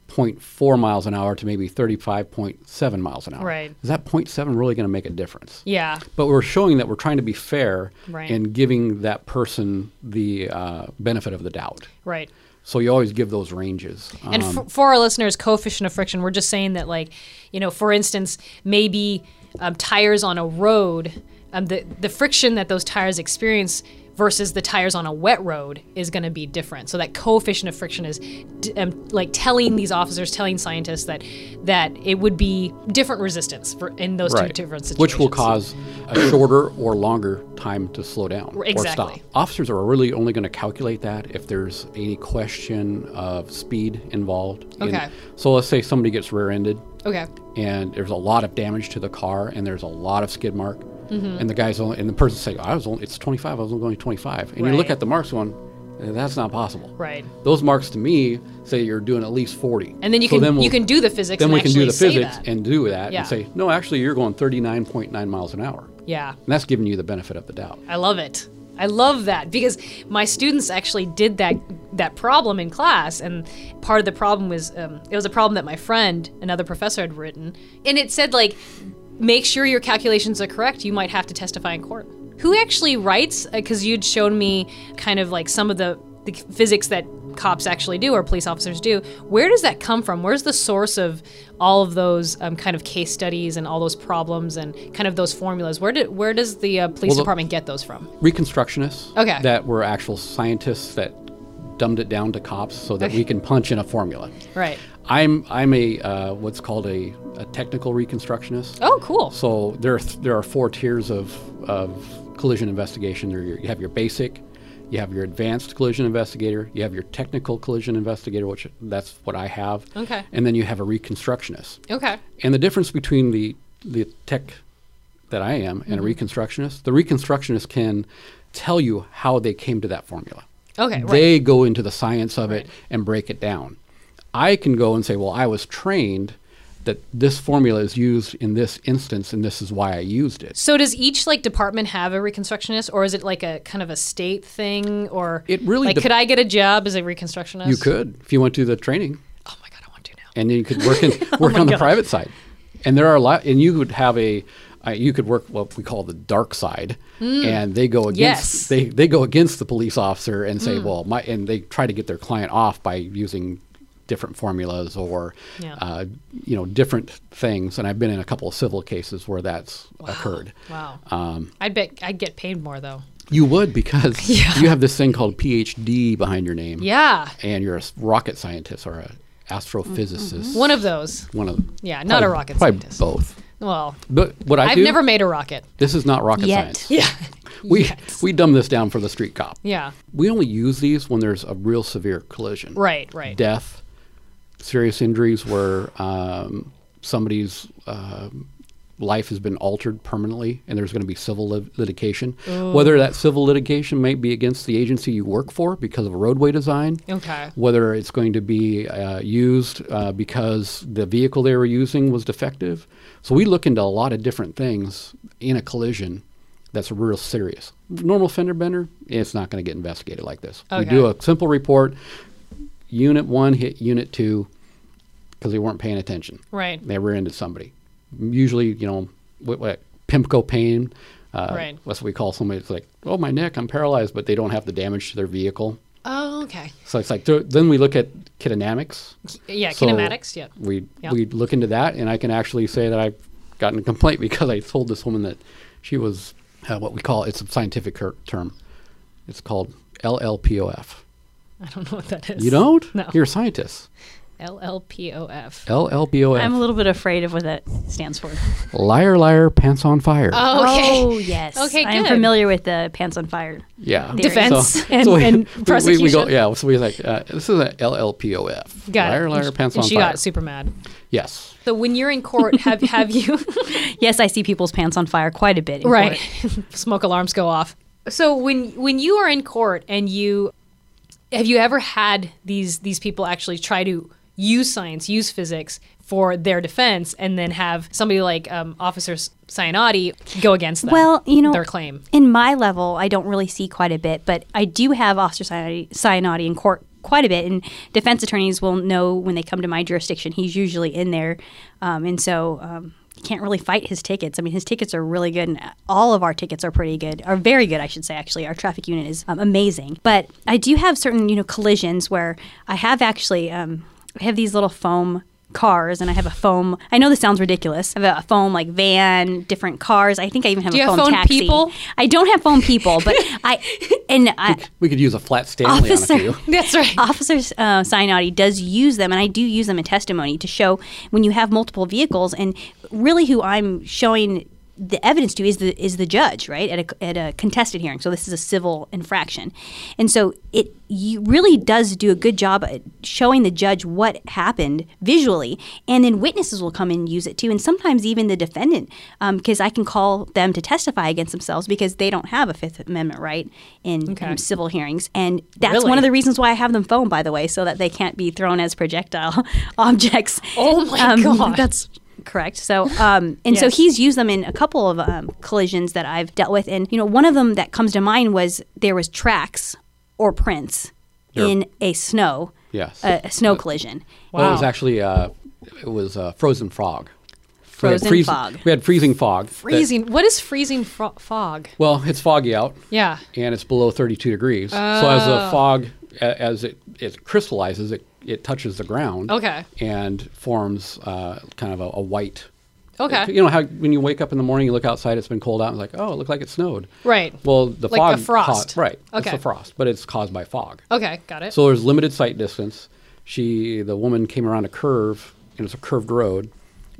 35.4 miles an hour to maybe 35.7 miles an hour. Right. Is that 0.7 really going to make a difference? Yeah. But we're showing that we're trying to be fair Right. and giving that person the uh, benefit of the doubt. Right. So you always give those ranges. And for, for our listeners, coefficient of friction, we're just saying that, like, you know, for instance, maybe um, tires on a road, um, the, the friction that those tires experience versus the tires on a wet road is going to be different. So that coefficient of friction is d- um, like telling these officers, telling scientists that that it would be different resistance for, in those Right. two different situations. Which will cause a shorter or longer time to slow down or stop. exactly. Officers are really only going to calculate that if there's any question of speed involved. in- Okay. so let's say somebody gets rear-ended Okay. and there's a lot of damage to the car and there's a lot of skid mark. Mm-hmm. And the guy's only, and the person's saying, I was only, it's 25, I was only going 25. And you look Right. at the marks going, "Eh, that's not possible. Right. Those marks to me say you're doing at least 40. And then you So can we'll- you can do the physics. then and we can do actually the say physics that. and do that Yeah. and say, no, actually, you're going 39.9 miles an hour. yeah. And that's giving you the benefit of the doubt. I love it. I love that because my students actually did that that problem in class, and part of the problem was um, it was a problem that my friend, another professor, had written, and it said like, make sure your calculations are correct. You might have to testify in court. uh, Who actually writes? Because you'd shown me kind of like some of the the physics that cops actually do or police officers do. Where does that come from? Where's the source of all of those um, kind of case studies and all those problems and kind of those formulas? Where do, where does the uh, police Well, the- department get those from? Reconstructionists Okay. that were actual scientists that dumbed it down to cops so that we can punch in a formula. Right. I'm I'm a uh, what's called a, a technical reconstructionist. Oh, cool. So there are th- there are four tiers of, of collision investigation. There are your, you have your basic, you have your advanced collision investigator, you have your technical collision investigator, which that's what I have. Okay. And then you have a reconstructionist. Okay. And the difference between the the tech that I am Mm-hmm. and a reconstructionist, the reconstructionist can tell you how they came to that formula. Okay, right. They go into the science of it and break it down. I can go and say, well, I was trained that this formula is used in this instance and this is why I used it. So does each like department have a reconstructionist, or is it like a kind of a state thing, or It really like dep- could I get a job as a reconstructionist? You could if you went to the training Oh my god, I want to now. and then you could work in Oh work on the private side. And there are a lot and you would have a uh, you could work what we call the dark side and they go against Hmm. Yes. Hmm. they they go against the police officer and say, "Well, my and they try to get their client off by using different formulas or Yeah. uh, you know different things and i've been in a couple of civil cases where that's occurred Wow. uh, Um, I bet I'd get paid more though. you would because you have this thing called phd behind your name Yeah. Mm-hmm. and you're a s- rocket scientist or a astrophysicist One of those. one of them. Yeah, not a Probably- rocket probably scientist. both Well, but what I I've do, never made a rocket. this is not rocket Yet. science Yeah. we we dumb this down for the street cop Yeah. we only use these when there's a real severe collision Right, right. death, serious injuries where um, somebody's um life has been altered permanently, and there's going to be civil lit- litigation. Whether that civil litigation may be against the agency you work for because of a roadway design, Okay. whether it's going to be uh, used uh, because the vehicle they were using was defective. So we look into a lot of different things in a collision that's real serious. Normal fender bender, it's not going to get investigated like this. We do Okay. a simple report. Unit one hit unit two because they weren't paying attention. Right. They rear ended somebody. Usually, you know, what, what Pimco pain. Uh, Right. That's what we call somebody. It's like, oh, my neck, I'm paralyzed, but they don't have the damage to their vehicle. Oh, okay. So it's like th- then we look at kinematics. Yeah, So kinematics. Yeah. We Yeah. we look into that, and I can actually say that I've gotten a complaint because I told this woman that she was uh, what we call it's a scientific cur- term. It's called LLPOF. I don't know what that is. You don't? No. You're a scientist. LLPOF. LLPOF. I'm a little bit afraid of what that stands for. liar, liar, pants on fire. Okay. Oh yes. Okay, I'm good. familiar with the pants on fire. yeah. Defense and- and We, we go, prosecution. yeah. So we're like, uh, this is a LLPOF. Got liar, it. liar, And pants she- and on she fire. got super mad. yes. So when you're in court, have have you Yes, I see people's pants on fire quite a bit. in right court. smoke alarms go off? So when when you are in court and you have you ever had these these people actually try to use science, use physics for their defense, and then have somebody like um, Officer Cianotti go against them? Well, you know, their claim. in my level, I don't really see quite a bit, but I do have Officer Cianotti in court quite a bit, and defense attorneys will know when they come to my jurisdiction. He's usually in there, um, and so. Um, you can't really fight his tickets. I mean, his tickets are really good, and all of our tickets are pretty good, are very good, I should say. Actually, our traffic unit is um, amazing. But I do have certain, you know, collisions where I have actually um, I have these little foam cars, and I have a foam. I know this sounds ridiculous. I have a foam like van, different cars. I think I even have Do a you have foam phone taxi. people? I don't have phone people, but I and I We could use a flat Stanley officer. on a few. That's right. Officer uh, Sinati does use them, and I do use them in testimony to show when you have multiple vehicles, and really who I'm showing the evidence to is the is the judge, right? At a, at a contested hearing, so this is a civil infraction, and so it you really does do a good job at showing the judge what happened visually, and then witnesses will come and use it too, and sometimes even the defendant, because I can call them to testify against themselves because they don't have a Fifth Amendment right in um, civil hearings, and that's one of Really? the reasons why I have them foam, by the way, so that they can't be thrown as projectile objects. Um, Oh my God. That's correct. So, um, and so he's used them in a couple of um, collisions that I've dealt with, and you know, one of them that comes to mind was there was tracks or prints in a snow, Yes. a, a snow collision. Well, it was actually uh, it was uh, frozen fog. We had Frozen fog. We had freezing fog. that- freezing. what is freezing fro- fog? well, it's foggy out, Yeah. Oh. and it's below 32 degrees. So as the fog a- as it, it crystallizes, it, it touches the ground. Okay. And forms uh, kind of a, a white. Okay. You know how when you wake up in the morning, you look outside, it's been cold out, and it's like, oh, it looked like it snowed. Right. Well, the Like fog. the frost. ca- right. It's Okay. the frost, but it's caused by fog. Okay, got it. So there's limited sight distance. She, the woman, came around a curve, and it's a curved road,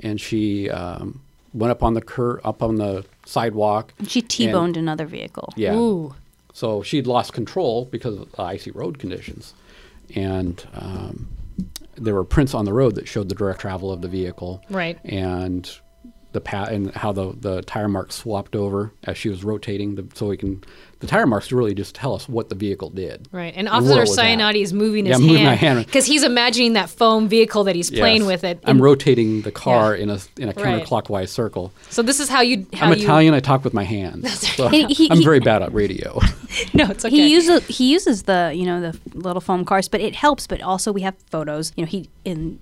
and she um, went up on the cur- up on the sidewalk. She T-boned another vehicle. Yeah. Ooh. So she'd lost control because of the icy road conditions, and um, there were prints on the road that showed the direct travel of the vehicle. Right. And the pa- and how the the tire marks swapped over as she was rotating, the, so we can the tire marks really just tell us what the vehicle did. Right. And where Officer it was at. Cyanati is moving Yeah, his I'm moving my hand hand. because he's imagining that foam vehicle that he's playing Yes. with it. I'm in- rotating the car Yeah. in a in a Right. counterclockwise circle. so this is how you. How I'm you, Italian. I talk with my hands. So He- he- I'm he- very bad at radio. No, it's okay. He uses he uses the you know the little foam cars, but it helps. But also we have photos. You know he in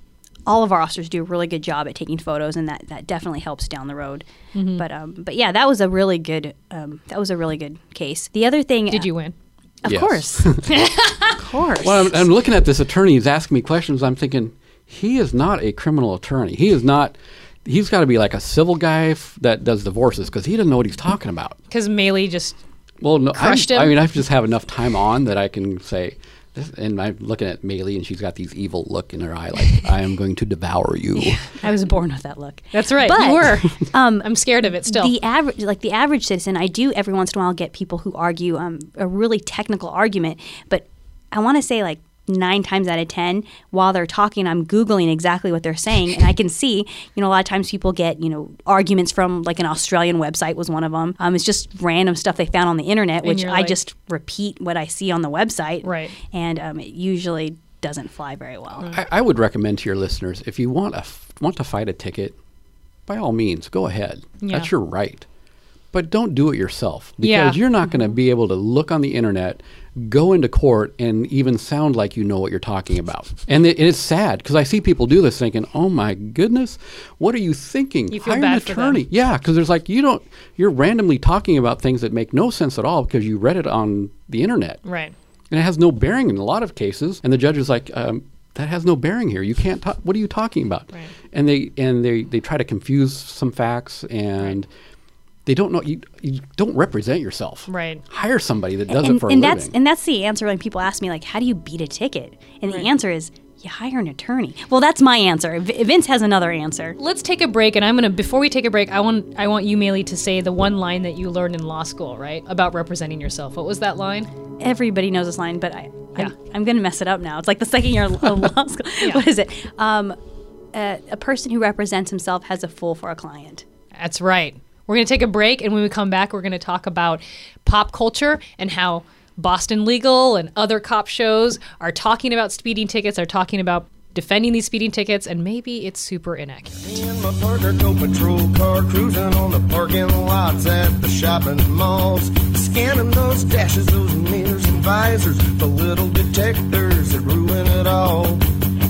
all of our officers do a really good job at taking photos, and that that definitely helps down the road. Mm-hmm. But um but yeah, that was a really good um that was a really good case. The other thing Did you win? Of Yes. course, of course. well, I'm, I'm looking at this attorney. He's asking me questions. I'm thinking he is not a criminal attorney. He is not. He's got to be like a civil guy f- that does divorces because he doesn't know what he's talking about. Because Melee just. Well, no, I'm- Crushed him? I mean, I just have enough time on that I can say. This, and I'm looking at Maylee, and she's got these evil look in her eye, like I am going to devour you. I was born with that look. That's right. But um, you were. I'm scared of it still. the average like the average citizen i do every once in a while get people who argue um, a really technical argument but i want to say like nine times out of ten while they're talking i'm googling exactly what they're saying and i can see you know a lot of times people get you know arguments from like an australian website was one of them um, it's just random stuff they found on the internet which you're i like- just repeat what i see on the website Right. and um, it usually doesn't fly very well I, I would recommend to your listeners if you want a f- want to fight a ticket, by all means, go ahead. Yeah. That's your right. But don't do it yourself because Yeah. you're not going to be able to look on the internet, go into court, and even sound like you know what you're talking about. and, it, and it's sad because I see people do this thinking, "Oh my goodness, what are you thinking? You feel Hire an bad for them. attorney." Yeah, because there's like you don't you're randomly talking about things that make no sense at all because you read it on the internet right. and it has no bearing in a lot of cases. And the judge is like, um, "That has no bearing here. You can't. talk what are you talking about?" Right. And they and they they try to confuse some facts, and they don't know. You, you don't represent yourself. Right. Hire somebody that does it and, for and a that's living. and that's the answer when people ask me like how do you beat a ticket and the answer is you hire an attorney well that's my answer V- vince has another answer Let's take a break, and I'm gonna. Before we take a break, I want I want you, Melee, to say the one line that you learned in law school, right? About representing yourself. What was that line? everybody knows this line but i Yeah. I'm, I'm gonna mess it up now it's like the second year of law school what is it um, a, a person who represents himself has a fool for a client That's right. We're gonna take a break, and when we come back, we're gonna talk about pop culture and how Boston Legal and other cop shows are talking about speeding tickets, are talking about defending these speeding tickets, and maybe it's super inaccurate. Me and my partner go patrol car cruising on the parking lots at the shopping malls. Scanning those dashes, those mirrors and visors, the little detectors that ruin it all.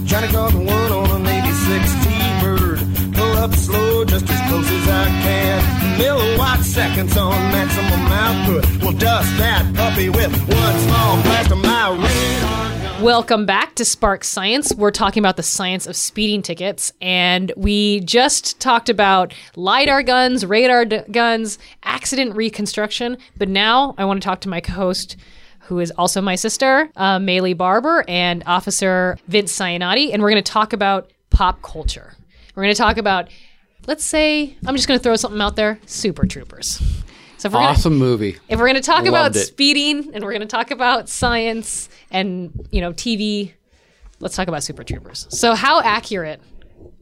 Trying to caught one on an 86 T-Bird. Pull up slow, just as close as I can. Milliwatt seconds on maximum output. We'll dust that puppy with one small blast of my radar. Welcome back to Spark Science. We're talking about the science of speeding tickets, and we just talked about LIDAR guns, radar d- guns, accident reconstruction. But now I want to talk to my co host, who is also my sister, uh, Maylee Barber, and Officer Vince Cyanati, and we're going to talk about pop culture. We're going to talk about, let's say, I'm just going to throw something out there Super Troopers. So if we're gonna- awesome movie. if we're going to talk Loved about it. speeding and we're going to talk about science and, you know, TV, let's talk about Super Troopers. So, how accurate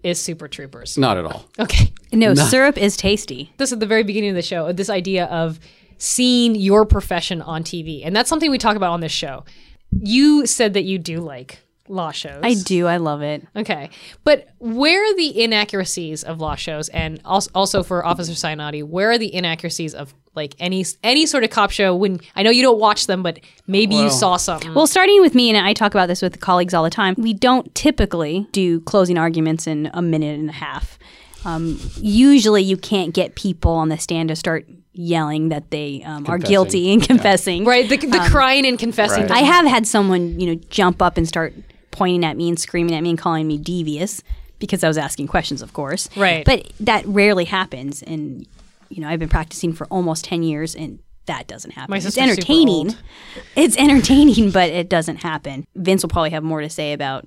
is Super Troopers? Not at all. Okay. no, syrup is tasty This at the very beginning of the show, this idea of seeing your profession on TV. And that's something we talk about on this show. You said that you do like law shows. i do i love it Okay. But where are the inaccuracies of law shows and als- also for Officer Cyanati, where are the inaccuracies of like any any sort of cop show when I know you don't watch them but maybe you saw something. Well, starting with me, and I talk about this with colleagues all the time, we don't typically do closing arguments in a minute and a half. um, usually you can't get people on the stand to start yelling that they um, are Confessing. guilty and confessing. Right, the, the crying and confessing. right. I have had someone, you know, jump up and start pointing at me and screaming at me and calling me devious because I was asking questions, of course. Right. But that rarely happens, and you know, I've been practicing for almost ten years, and that doesn't happen. My it's sister's super entertaining. old. It's entertaining, but it doesn't happen. Vince will probably have more to say about.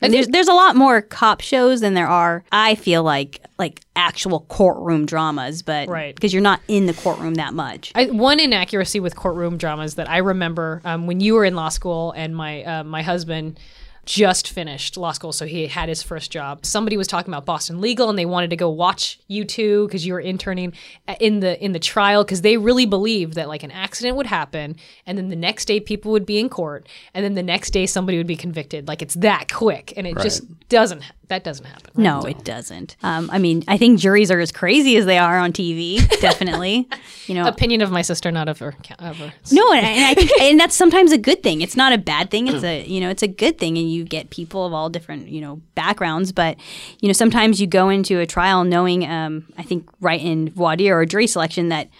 And there's there's a lot more cop shows than there are. I feel like like actual courtroom dramas, but Right. because you're not in the courtroom that much. I, one inaccuracy with courtroom dramas that I remember um, when you were in law school and my uh, my husband just finished law school, so he had his first job. Somebody was talking about Boston Legal, and they wanted to go watch you two because you were interning uh, in the in the trial because they really believed that like an accident would happen, and then the next day people would be in court, and then the next day somebody would be convicted. Like it's that quick, and it just doesn't that doesn't happen. right? No, it doesn't. Um, I mean, I think juries are as crazy as they are on TV. Definitely, you know. Opinion of my sister, not of her. Of her. no, and, I- and I think, and that's sometimes a good thing. It's not a bad thing. It's a you know, it's a good thing, and you get people of all different you know backgrounds. But you know, sometimes you go into a trial knowing, um, I think, right in voir dire or jury selection that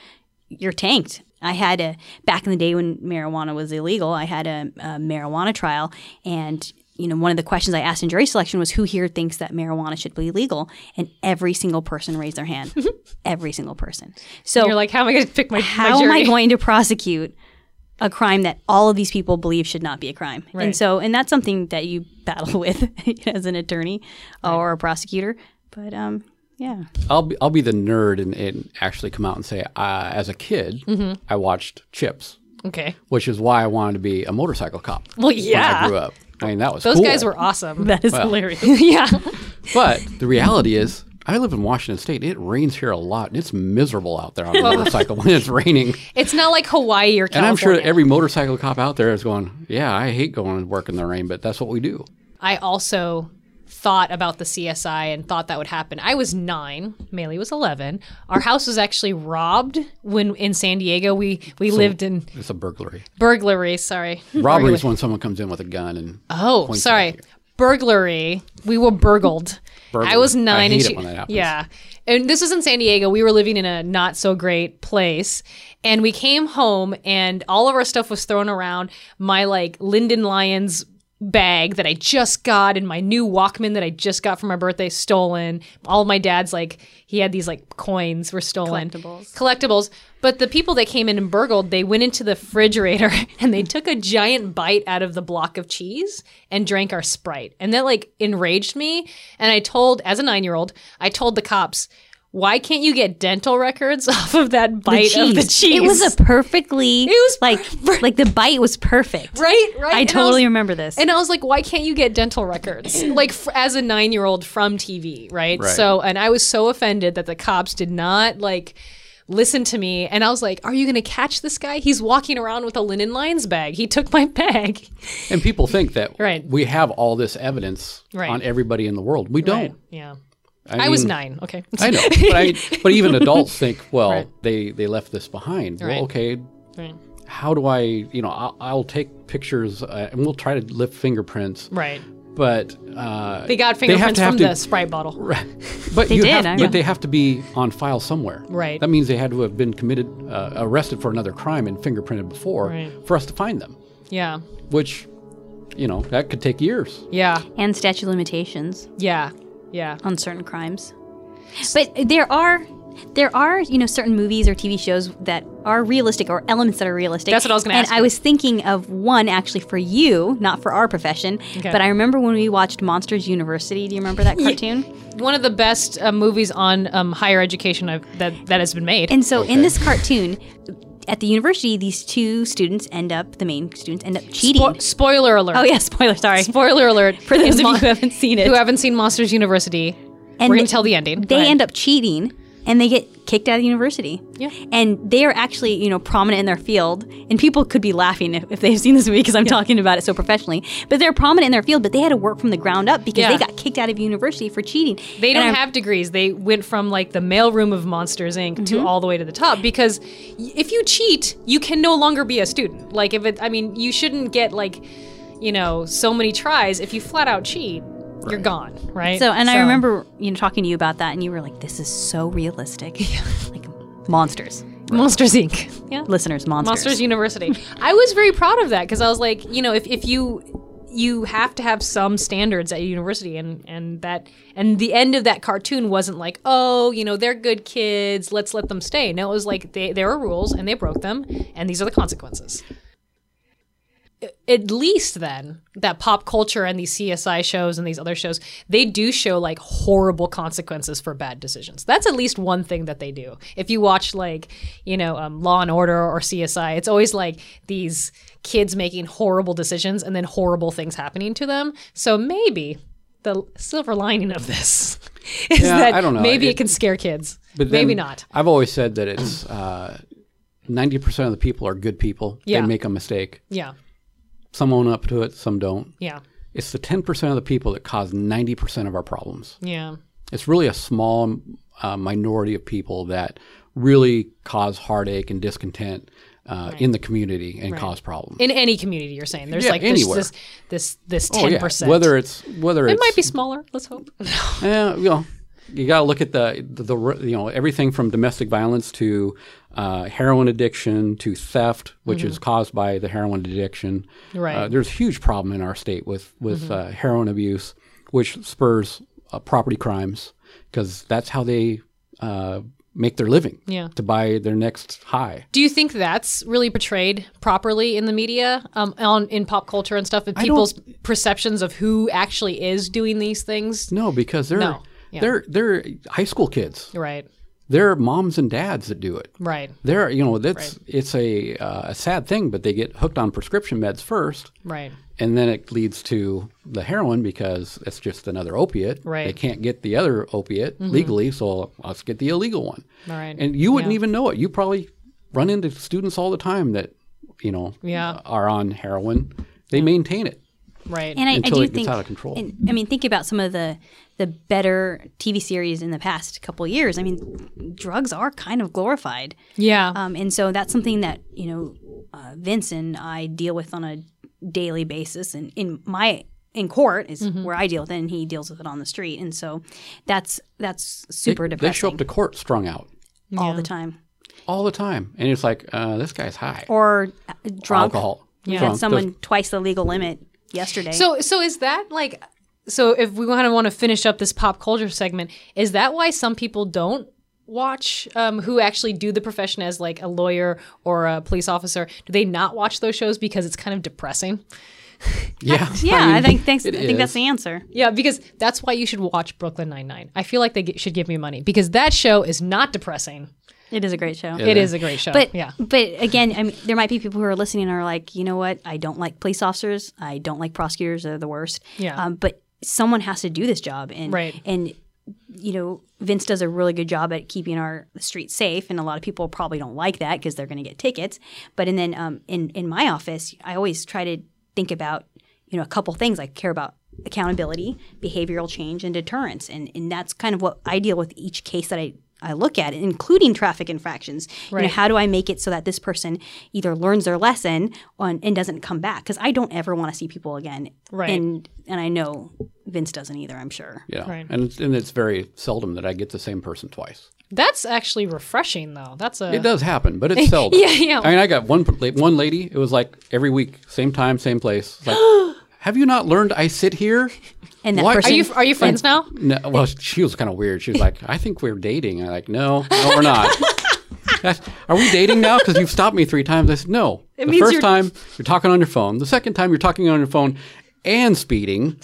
you're tanked. I had a back in the day when marijuana was illegal. I had a, a marijuana trial, and you know one of the questions I asked in jury selection was who here thinks that marijuana should be legal, and every single person raised their hand. every single person. So You're like, how am I going to pick my how my am jury? I going to prosecute a crime that all of these people believe should not be a crime? Right. And so, and that's something that you battle with as an attorney or a prosecutor. But um, yeah, I'll be, I'll be the nerd and, and actually come out and say, uh, as a kid, Mm-hmm. I watched Chips, Okay. which is why I wanted to be a motorcycle cop. Well, When I yeah. grew up. I mean, that was Those cool. guys were awesome. that is hilarious. yeah. But the reality is, I live in Washington State. It rains here a lot, and it's miserable out there on a motorcycle when it's raining. It's not like Hawaii or And California. I'm sure every motorcycle cop out there is going, "Yeah, I hate going to work in the rain, but that's what we do." I also thought about the CSI and thought that would happen. I was nine. Maley was eleven. Our house was actually robbed when in San Diego. We we lived in It's a burglary. burglary. Sorry, Robbery is when someone comes in with a gun and Oh, points it sorry. at you. Burglary. We were burgled. Burgled. I was I nine hate and it she, when that happens. Yeah. And this is in San Diego. We were living in a not so great place. And we came home and all of our stuff was thrown around. My like Lyndon Lyons bag that I just got and my new Walkman that I just got for my birthday stolen. All of my dad's like he had these like coins were stolen. Collectibles. Collectibles. But the people that came in and burgled, they went into the refrigerator and they took a giant bite out of the block of cheese and drank our Sprite. And that like enraged me. And I told, as a nine year old, I told the cops, why can't you get dental records off of that bite of the cheese? It was a perfectly. It was like like the bite was perfect. Right, right. I And totally was- remember this. And I was like, why can't you get dental records? like, f- as a nine year old from TV, right? Right. So, and I was so offended that the cops did not like listen to me. And I was like, are you going to catch this guy? He's walking around with a linen lines bag. He took my bag. And people think that Right. we have all this evidence Right. on everybody in the world. We don't. Yeah. I, was mean- nine. Okay. I know, but, I, but even adults think, well, Right. they they left this behind. Right. Well, okay, Right. how do I? You know, I'll, I'll take pictures uh, and we'll try to lift fingerprints. Right. But uh, They got fingerprints from the Sprite bottle. But you did, have- I but know. they have to be on file somewhere. Right. That means they had to have been committed, uh, arrested for another crime, and fingerprinted before Right. for us to find them. Yeah. Which, you know, that could take years. Yeah. and statute of limitations. Yeah. Yeah. on certain crimes. But there are there are you know certain movies or TV shows that are realistic or elements that are realistic. That's what I was gonna And ask I you. was thinking of one actually for you, not for our profession. But I remember when we watched Monsters University. Do you remember that cartoon? One of the best uh, movies on um, higher education I've, that that has been made. And so in this cartoon, at the university, these two students end up the main students end up cheating. Spo- spoiler alert. oh yeah, spoiler. Sorry. Spoiler alert For those In of Mon- you who haven't seen it. who haven't seen Monsters University. And We're gonna they- tell the ending. They end up cheating and they get kicked out of university. Yeah. And they are actually, you know, prominent in their field. And people could be laughing if, if they've seen this movie because I'm talking about it so professionally. But they're prominent in their field, but they had to work from the ground up because Yeah. they got kicked out of university for cheating. They And don't I'm- have degrees. They went from like the mailroom of Monsters Inc. to all the way to the top because y- if you cheat, you can no longer be a student. Like if it, I mean, you shouldn't get like, you know, so many tries if you flat out cheat. you're gone, right? So, and I remember you know talking to you about that, and you were like, "This is so realistic, like monsters, Monsters Inc. Yeah. listeners, monsters." Monsters University. I was very proud of that because I was like, you know, if, if you you have to have some standards at university and and that and the end of that cartoon wasn't like, oh, you know, they're good kids, let's let them stay. No, it was like they, there were rules and they broke them and these are the consequences. At least then that pop culture and these CSI shows and these other shows, they do show like horrible consequences for bad decisions. That's at least one thing that they do. If you watch like, you know, um, Law and Order or CSI, it's always like these kids making horrible decisions and then horrible things happening to them. So maybe the silver lining of this is Yeah, that I don't know. maybe it, It- can scare kids. But maybe then not. I've always said that it's uh, ninety percent of the people are good people. Yeah. They make a mistake. Yeah. Some own up to it. Some don't. Yeah. It's the ten percent of the people that cause ninety percent of our problems. Yeah. It's really a small uh, minority of people that really cause heartache and discontent uh, in the community and cause problems. In any community, you're saying there's Yeah, like this anywhere. this this this Oh, ten yeah. percent. Whether it's whether it it's, might be smaller. Let's hope. Yeah, you know, you got to look at the, the the you know everything from domestic violence to uh, heroin addiction to theft, which is caused by the heroin addiction. Right. Uh, there's a huge problem in our state with with uh, heroin abuse, which spurs uh, property crimes because that's how they uh, make their living. Yeah. To buy their next high. Do you think that's really portrayed properly in the media, um, on in pop culture and stuff, and don't- people's perceptions of who actually is doing these things? No, because they're No. Yeah. they're they're high school kids. Right, They're moms and dads that do it. right, There, you know, that's it's a uh, a sad thing, but they get hooked on prescription meds first, right, and then it leads to the heroin because it's just another opiate. Right. They can't get the other opiate Mm-hmm. legally, so let's get the illegal one. Right. And you wouldn't Yeah. even know it. You probably run into students all the time that you know Yeah. are on heroin. They maintain it. right. And I, Until I do it gets think, out of control. And, I mean, think about some of the the better TV series in the past couple years. I mean, drugs are kind of glorified, yeah, um, and so that's something that you know uh, Vince and I deal with on a daily basis, and in my in court is where I deal with it, and he deals with it on the street, and so that's that's super they, depressing they show up to court strung out all the time, all the time, and it's like uh, this guy's high. or uh, drunk. alcohol. We Drunk. had someone twice the legal limit yesterday. So so is that like so if we kind of want to finish up this pop culture segment, is that why some people don't watch um, who actually do the profession as like a lawyer or a police officer? Do they not watch those shows because it's kind of depressing? Yeah. yeah, I, think thanks, I it think that's is. the answer. Yeah, because that's why you should watch Brooklyn Nine Nine. I feel like they g- should give me money because that show is not depressing. It is a great show. It is a great show. But yeah, but again, I mean, there might be people who are listening and are like, you know what? I don't like police officers. I don't like prosecutors. They're the worst. Yeah. Um, but someone has to do this job, and Right. and you know, Vince does a really good job at keeping our streets safe, and a lot of people probably don't like that because they're going to get tickets. But and then um, in in my office, I always try to think about you know a couple things. I care about accountability, behavioral change, and deterrence, and and that's kind of what I deal with each case that I. I look at including traffic infractions. You Right. know, how do I make it so that this person either learns their lesson on, and doesn't come back? Because I don't ever want to see people again. Right. And and I know Vince doesn't either. I'm sure. Yeah. Right. And it's, and it's very seldom that I get the same person twice. that's actually refreshing though. That's a It does happen, but it's seldom. Yeah, yeah. I mean, I got one pla- one lady. It was like every week, same time, same place. It's like, have you not learned I sit here? And that Why- Are person- you are you friends now? No, well, she was kind of weird. She was like, I think we're dating. I'm like, no, no, we're not. That's- Are we dating now? Because you've stopped me three times. I said, no. the means 1st you're- time, you're talking on your phone. The second time, you're talking on your phone and speeding.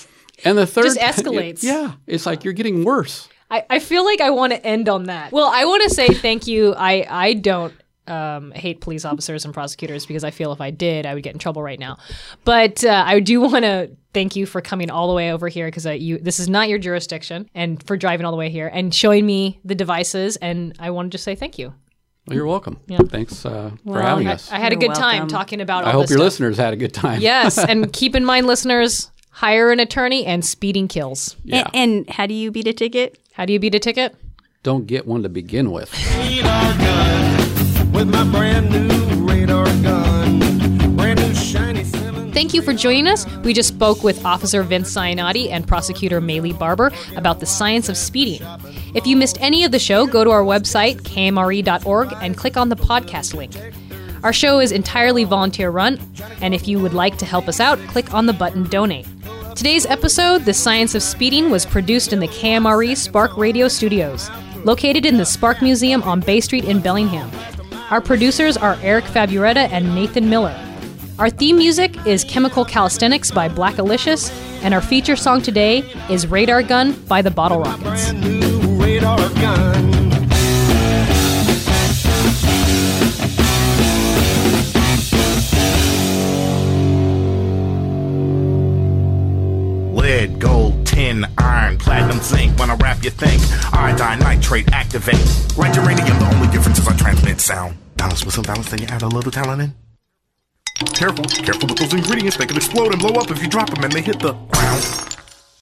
And the third Just ti- escalates. yeah. It's like you're getting worse. I, I feel like I want to end on that. Well, I want to say thank you. I, I don't um, hate police officers and prosecutors because I feel if I did, I would get in trouble right now. But uh, I do want to thank you for coming all the way over here because you this is not your jurisdiction and for driving all the way here and showing me the devices. And I want to just say thank you. Well, you're welcome. Thanks uh, for having I, us. I had a You're good time welcome. talking about I all hope this your stuff. listeners had a good time. yes, and keep in mind, listeners, hire an attorney and speeding kills. Yeah. A- And, how do you beat a ticket? How do you beat a ticket? Don't get one to begin with. radar gun with my brand new radar gun. Brand new shiny seven. Thank you for joining us. We just spoke with Officer Vince Cianotti and Prosecutor Maylee Barber about the science of speeding. If you missed any of the show, go to our website, kmre.org, E and click on the podcast link. Our show is entirely volunteer run, and if you would like to help us out, click on the button Donate. Today's episode, The Science of Speeding, was produced in the KMRE E Spark Radio Studios, located in the Spark Museum on Bay Street in Bellingham. Our producers are Eric Faburetta and Nathan Miller. Our theme music is Chemical Calisthenics by Black Alicious, and our feature song today is Radar Gun by the Bottle Rockets. brand new radar gun. Lead, gold, tin, iron, platinum, zinc. When I rap, you think iodine, nitrate, activate. Right uranium, the only difference is I transmit sound. Balance with some balance, then you add a little talent in. Careful, careful with those ingredients. They can explode and blow up if you drop them and they hit the ground.